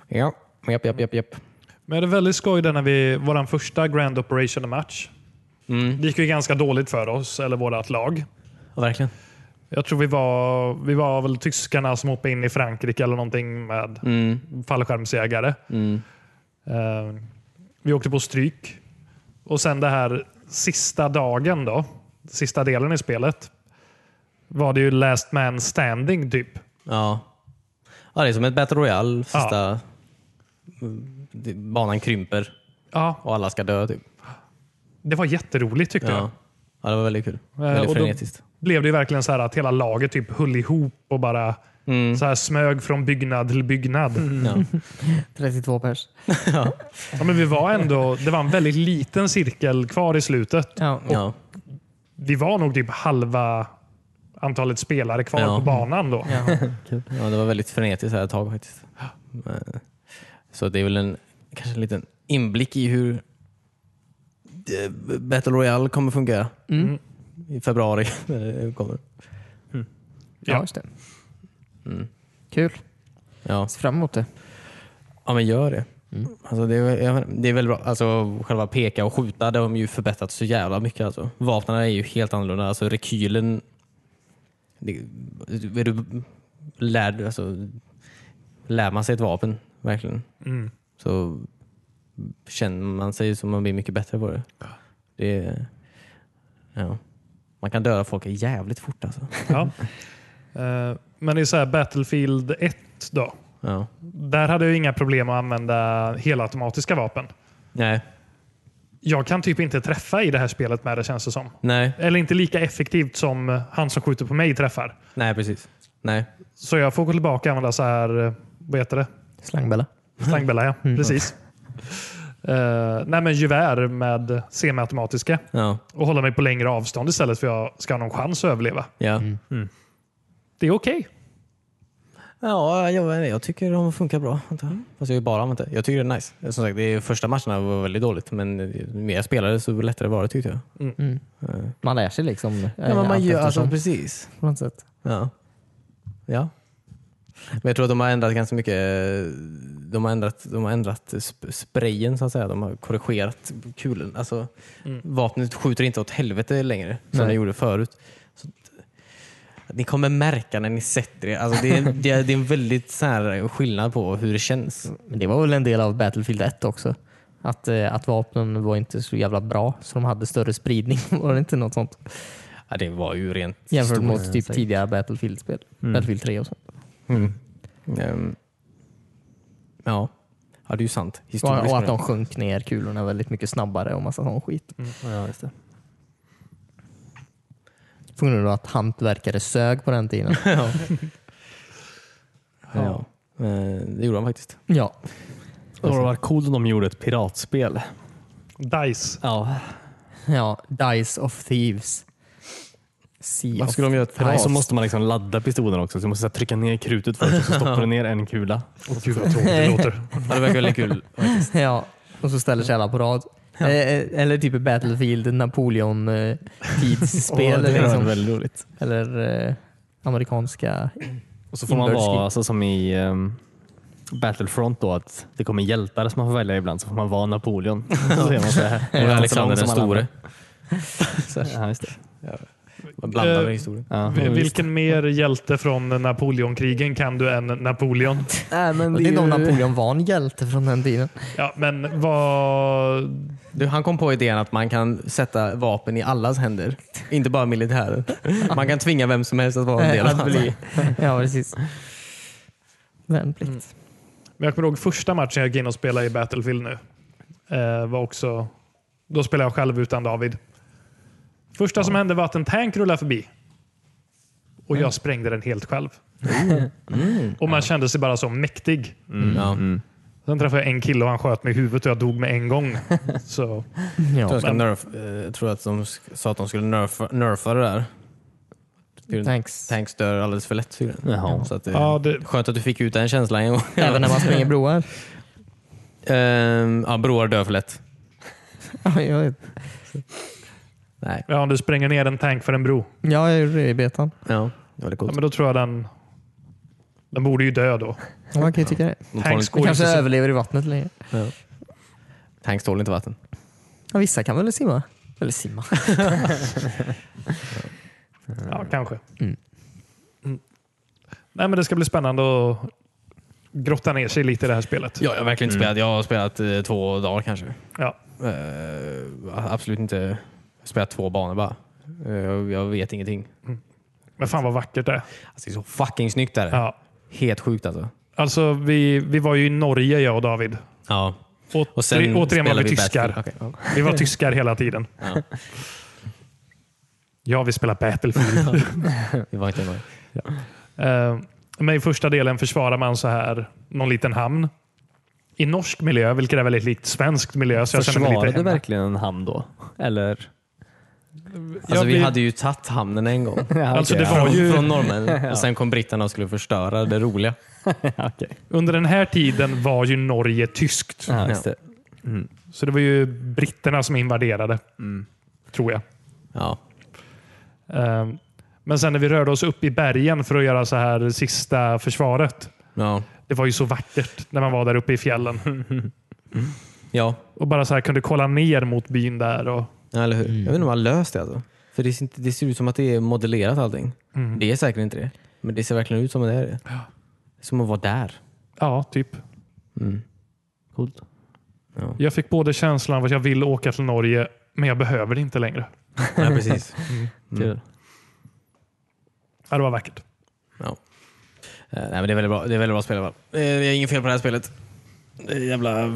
ja, japp, japp, japp, japp. Men det är väldigt skoj där när vi, vår första Grand Operation match. Mm. Det gick ju ganska dåligt för oss, eller vårt lag. Ja, verkligen. Jag tror vi var, vi var väl tyskarna som hoppade in i Frankrike eller någonting med Mm. fallskärmsjägare. Mm. Eh, vi åkte på stryk. Och sen det här sista dagen då, sista delen i spelet, var det ju last man standing typ. Ja. ja, det är som ett Battle Royale. Sista... Ja. Mm, det- Banan krymper Ja, och alla ska dö typ. det var jätteroligt tyckte jag. Ja. ja, det var väldigt kul. Eh, och väldigt då- frenetiskt. blev det ju verkligen så här att hela laget typ höll ihop och bara Mm. så här smög från byggnad till byggnad. Ja. 32 pers. Ja, men vi var ändå, det var en väldigt liten cirkel kvar i slutet. Ja, och Ja. Vi var nog typ halva antalet spelare kvar Ja. på banan då. ja, det var väldigt frenetiskt här ett tag faktiskt. Men- Så det är väl en, kanske en liten inblick i hur det- Battle Royale kommer fungera Mm. i februari. när det kommer. Ja, just det. Mm. Kul. Ja. Ser fram emot det. ja, men gör det. Alltså det, är, jag menar, det är väl bra. Alltså själva peka och skjuta det har de ju förbättrat så jävla mycket. Alltså. Vapnen är ju helt annorlunda. Alltså rekylen... Det, är du, lär, alltså, lär man sig ett vapen, verkligen, Mm. så känner man sig som man blir mycket bättre på det. det är- ja. Man kan döda folk jävligt fort alltså. Ja. Eh, Men det är så här Battlefield 1 då. Ja. Där hade jag ju inga problem att använda helautomatiska vapen. Nej. Jag kan typ inte träffa i det här spelet med det känns det som. Nej. Eller inte lika effektivt som han som skjuter på mig träffar. Nej, precis. Nej. Så jag får gå tillbaka och använda så här, eh, vad heter det? Slangbella. Slangbella, ja. Mm. Precis. Uh, nej, men gevär med semiautomatiska Ja. och hålla mig på längre avstånd istället för att jag ska ha någon chans att överleva. Ja. Det är okej. Ja, jag, vet inte. jag tycker de funkar bra. antar jag. Mm. Fast jag har ju bara använt det. Jag tycker det är nice. Som sagt, det är, första matcherna var väldigt dåligt, men ju mer jag spelade så lättare var det tyckte jag. Man lär sig liksom. eh, Ja, men man allt gör, alltså, eftersom, precis. på något sätt. Ja. ja. Men jag tror att de har ändrat ganska mycket. eh, De har ändrat, de har ändrat sp- sprayen så att säga. De har korrigerat kulen. Alltså, Vapnet skjuter inte åt helvete längre som Nej. det gjorde förut. Så, att- ni kommer märka när ni sätter er. Alltså, det, är, det, är, det är en väldigt så här, skillnad på hur det känns. Men det var väl en del av Battlefield 1 också. Att, eh, att vapnen var inte så jävla bra så de hade större spridning. Var det inte något sånt? Ja, det var ju rent Jämfört stora- mot typ tidigare Mm. Battlefield-spel. Battlefield 3 och sånt. Mm. Ehm, ja. ja, Ja, det är ju sant. Historiskt. Och, och att de menar sjönk ner kulorna väldigt mycket snabbare och massa sån skit. jag. Ja, just det. På grund av att hantverkare sög på den tiden. Ja. Eh, Det gjorde de faktiskt. ja. Det hade varit coolt om de gjorde ett piratspel. Dice. Ja. ja, Dice of Thieves. Sea Varför of skulle de göra ett pirat? Thieves. Så måste man liksom ladda pistolen också. Så du måste så här trycka ner krutet först och så stoppar du ner en kula. Åh, gud vad tråkigt det låter. Ja, det verkar väldigt kul. Ja, och så ställer sig alla på rad. Eh, eh, Eller typ Battlefield, Napoleon-tidsspel. det hade varit liksom. väldigt roligt. Eller eh, amerikanska. Och så får man Inbördeskrig. vara alltså, som i ehm, Battlefront då, att det kommer hjältar som man får välja ibland. Så får man vara Napoleon. Så ser man så här. Och Alexander den Så lång som alla store. andra. Ja, just det. Man blandar Eh, med historien. Ja. Vi- Vilken mer hjälte från Napoleonkrigen kan du än Napoleon? Nej, men Jag vet inte om Napoleon var en hjälte från den tiden. Ja, men vad... Du, han kom på idén att man kan sätta vapen i allas händer. Inte bara militären. Man kan tvinga vem som helst att vara en del av Att bli- ja, precis. Värnplikt. Men jag kommer ihåg första matchen jag gick in och spelade i Battlefield nu. Eh, var också... Då spelade jag själv utan David. Första som hände var att en tank rullade förbi. Och Mm. jag sprängde den helt själv. Och man kände sig bara så mäktig. Mm. Ja. Sen träffade jag en kille och han sköt mig i huvudet och jag dog med en gång. Så, Jag tror, Mm. Ja. jag ska nerf, eh, jag tror att de sk- sa att de skulle nerfa, nerfa det där. Thanks. Tanks dör alldeles för lätt tydligen. Jaha. Så att, ja, ja. det, Skönt att du fick ut den känslan en gång. Även när man springer broar. Ehm, ja, broar dör för lätt. Ja, jag, vet. Nej. ja, om du spränger ner en tank för en bro, ja, jag gjorde det i betan. Ja, det var det ja, coolt. men då tror jag den... Den borde ju dö då. Ja, Man kan ju tycka det. De tål Tanks inte, går Man ju inte kanske så överlever i vattnet länge. tanks tål inte vatten. Ja, vissa kan väl simma? Eller simma? Ja, kanske. Mm. Mm. Nej, men Det ska bli spännande att grotta ner sig lite i det här spelet. Ja, jag har verkligen inte spelat. Jag har spelat eh, två dagar kanske. Ja. Eh, absolut inte spelat två banor bara. Eh, jag- jag vet ingenting. Men fan vad vackert det är. Alltså, det är så fucking snyggt där. Ja. Helt sjukt alltså. Alltså, vi, vi var ju i Norge, jag och David. Ja. Åter, Och sen återigen var spelar vi Battlefield. tyskar. Okej, ja. Vi var tyskar hela tiden. Ja. Ja, vi spelar Battlefield. Vi var inte i Norge. Eh, Men i första delen försvarar man så här någon liten hamn. I norsk miljö, vilket är väldigt likt svensk miljö. Så jag känner mig Försvarade lite du hemma. verkligen en hamn då? Eller? Alltså, Ja, vi... vi- hade ju tagit hamnen en gång. Alltså, okej, det var Från- ju- Från norrmännen. Och sen kom britterna och skulle förstöra det roliga. ja, okej. Under den här tiden var ju Norge tyskt. Ja, just det. Så det var ju britterna som invaderade. Mm. Tror jag. Ja. Ehm, Men sen när vi rörde oss upp i bergen för att göra så här sista försvaret. Ja. Det var ju så vackert när man var där uppe i fjällen ja. och bara så här kunde kolla ner mot byn där. Och, Ja, eller hur? Jag vet inte om han löst det alltså. För det ser, inte, det ser ut som att det är modellerat allting. Det är säkert inte det. Men det ser verkligen ut som att det är det. Som att vara där. ja, typ. Coolt. Jag fick både känslan av att jag vill åka till Norge, men jag behöver det inte längre. Ja, precis. Kul. Ja, det var vackert. ja. Eh, nej, men det är väldigt bra, det är väldigt bra spel i alla fall. Eh, Det är inget fel på det här spelet. Det är jävla... eh,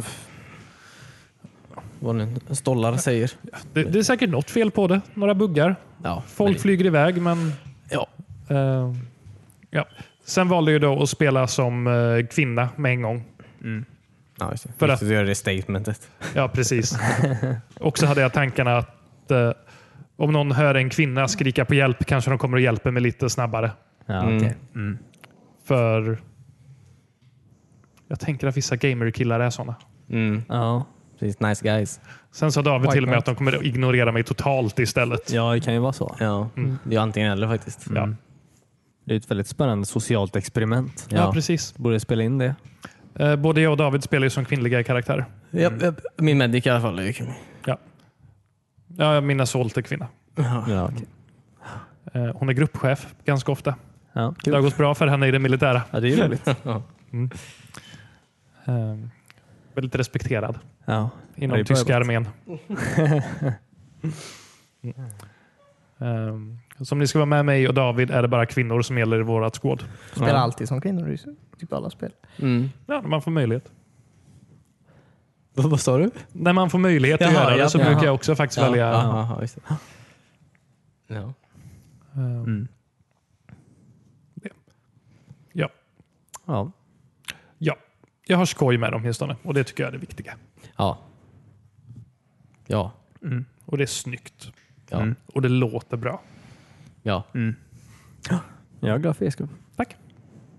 Vad nu stollar säger. Det, det är säkert något fel på det. Några buggar. Ja, Folk men- flyger iväg, men... Ja. eh, ja. Sen valde jag då att spela som eh, kvinna med en gång. Ja, just det. För För att- att göra det statementet. Ja, precis. Och så hade jag tankarna att eh, om någon hör en kvinna skrika på hjälp kanske de kommer och hjälper mig lite snabbare. Ja, Mm. okej. För jag tänker att vissa gamerkillar är sådana. Mm. Ja. Precis, nice guys. Sen sa David White till och med knight. att de kommer att ignorera mig totalt istället. ja, det kan ju vara så. Ja, Mm. det är ju antingen eller faktiskt. Ja, Det är ett väldigt spännande socialt experiment. ja. Ja. precis. Borde spela in det. Eh, både jag och David spelar ju som kvinnliga karaktärer. Japp, japp. Min medic i alla fall. Det är ju kul. Ja, min assault är kvinna. Ja, okej. Eh, hon är gruppchef ganska ofta. ja, Det har kul. gått bra för henne i det militära. ja, det är ju roligt. Eh, väldigt respekterad Ja. Ja, det inom är tyska bra. armén. Mm. Eh, så om ni ska vara med mig och David är det bara kvinnor som gäller i vårat skåd. Spelar alltid som kvinnor i typ alla spel. Mm. Ja, man får möjlighet. Vad, vad sa du? När man får möjlighet att Jaha, göra ja, det så ja. brukar jag också faktiskt välja. ja, ja, just det. Ja. ehm, det. Ja. Ja. ja, jag har skoj med dem åtminstone och det tycker jag är det viktiga. Ja. Ja. Mm. Och det är snyggt Ja. Mm. och det låter bra. Mm. ja. Jag är glad för er skull. Tack.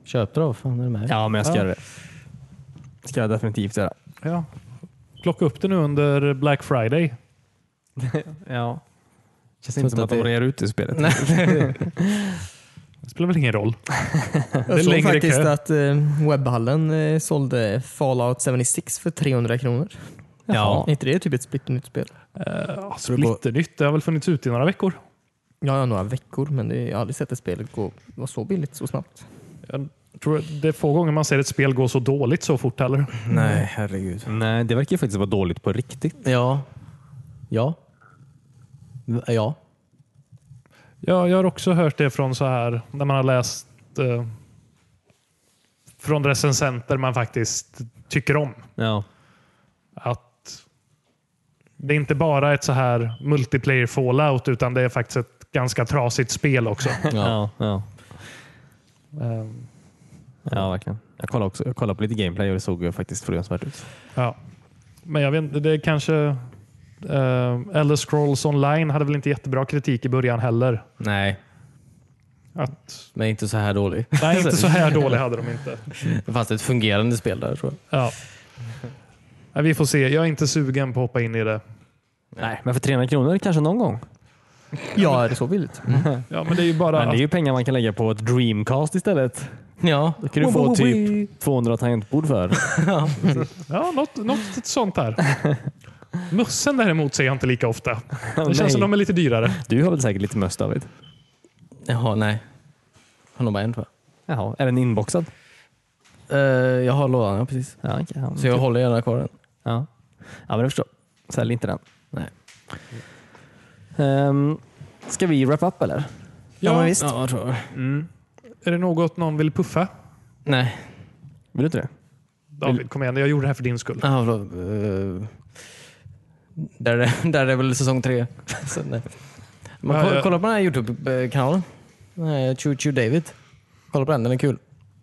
Köp det då. Fan är det med? Ja, men jag ska Ja. göra det. ska jag definitivt göra. Ja. Plocka upp det nu under Black Friday. Ja. Känns inte inte som att de att det- rear ut det spelet. Det spelar väl ingen roll. Jag såg längre faktiskt kö. att eh, webbhallen eh, sålde Fallout 76 för 300 kronor. Ja. Är inte det typ ett splitternytt spel? Uh, Splitternytt, det har väl funnits ute i några veckor. Ja, ja, några veckor, men det, jag har aldrig sett ett spel gå vara så billigt så snabbt. Jag tror det är få gånger man ser ett spel gå så dåligt så fort heller. Nej, herregud. Nej, det verkar ju faktiskt vara dåligt på riktigt. Ja. Ja. V- Ja. Ja, jag har också hört det från så här när man har läst eh, från recensenter man faktiskt tycker om. Ja. Att det är inte bara ett så här multiplayer fallout utan det är faktiskt ett ganska trasigt spel också. Ja. ja. Eh, Ja, verkligen. Jag kollade, också, jag kollade på lite gameplay och det såg ju faktiskt fruktansvärt ut. ja. Men jag vet inte, det är kanske eh, Elder Scrolls online hade väl inte jättebra kritik i början heller. Nej, Att, men inte så här dålig. nej, inte så här dålig hade de inte. Det fanns ett fungerande spel där tror jag. Ja. Nej, Vi får se. Jag är inte sugen på att hoppa in i det. Nej, men för 300 kronor kanske någon gång. Ja, är det så billigt? Ja, men det är ju bara Men det är att- ju pengar man kan lägga på ett Dreamcast istället. Ja. Då kan du få typ 200 tangentbord för. ja, något, något sånt där. Mössen däremot ser jag inte lika ofta. Det Nej. känns som de är lite dyrare. Du har väl säkert lite möss David? Jaha, nej. Jag har nog bara en tror jag. Jaha, är den inboxad? Eh, jag har lådan, ja precis. Ja, okej. ja, Så jag håller gärna kvar den. ja. ja men jag förstår. Sälj inte den. Nej. Um, ska vi wrap up eller? Ja, men visst. Ja, jag tror jag. Är det något någon vill puffa? Nej. Vill du inte det? David, kom igen. Jag gjorde det här för din skull. Ah, förlåt. Eh, där, är- där är väl säsong tre. Så, nej. Man, Ja, ko- ja. Kolla på den här Youtube-kanalen. Den här Choo Choo David. Kolla på den, den är kul.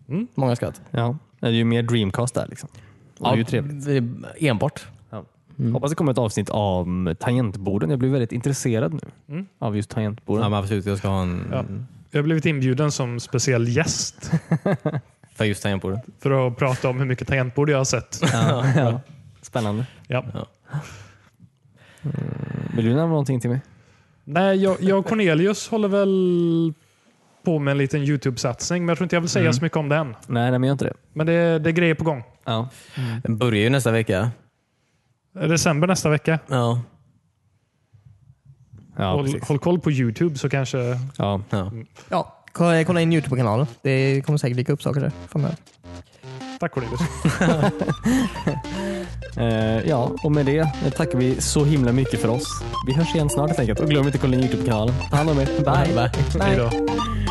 Mm. Många skratt. Ja. Det är ju mer Dreamcast där liksom. Och det är ju trevligt. det är Enbart. Hoppas det kommer ett avsnitt om tangentborden. Jag blir väldigt intresserad nu Mm. av just tangentborden. Ja, men absolut, jag ska ha en Ja. Jag har blivit inbjuden som speciell gäst för just tangentbordet. för att prata om hur mycket tangentbord jag har sett. Ja. Spännande. Ja. Vill du nämna någonting till mig? Nej, jag, jag och Cornelius håller väl på med en liten YouTube-satsning, men jag tror inte jag vill säga så mycket om den. Nej, nej men gör inte det. Men det, det är grejer på gång. Ja. Den börjar ju nästa vecka. December nästa vecka. Ja. Ja, håll, precis. håll koll på YouTube så kanske... Ja. ja. Ja, ko- kolla in Youtube-kanalen. Det kommer säkert dyka upp saker där framöver. Tack Cornelius. Eh, ja, och med det eh, tackar vi så himla mycket för oss. Vi hörs igen snart helt enkelt. Och glöm inte att kolla in Youtube-kanalen. Ta hand om er. Bye. Bye. Hej då. Bye.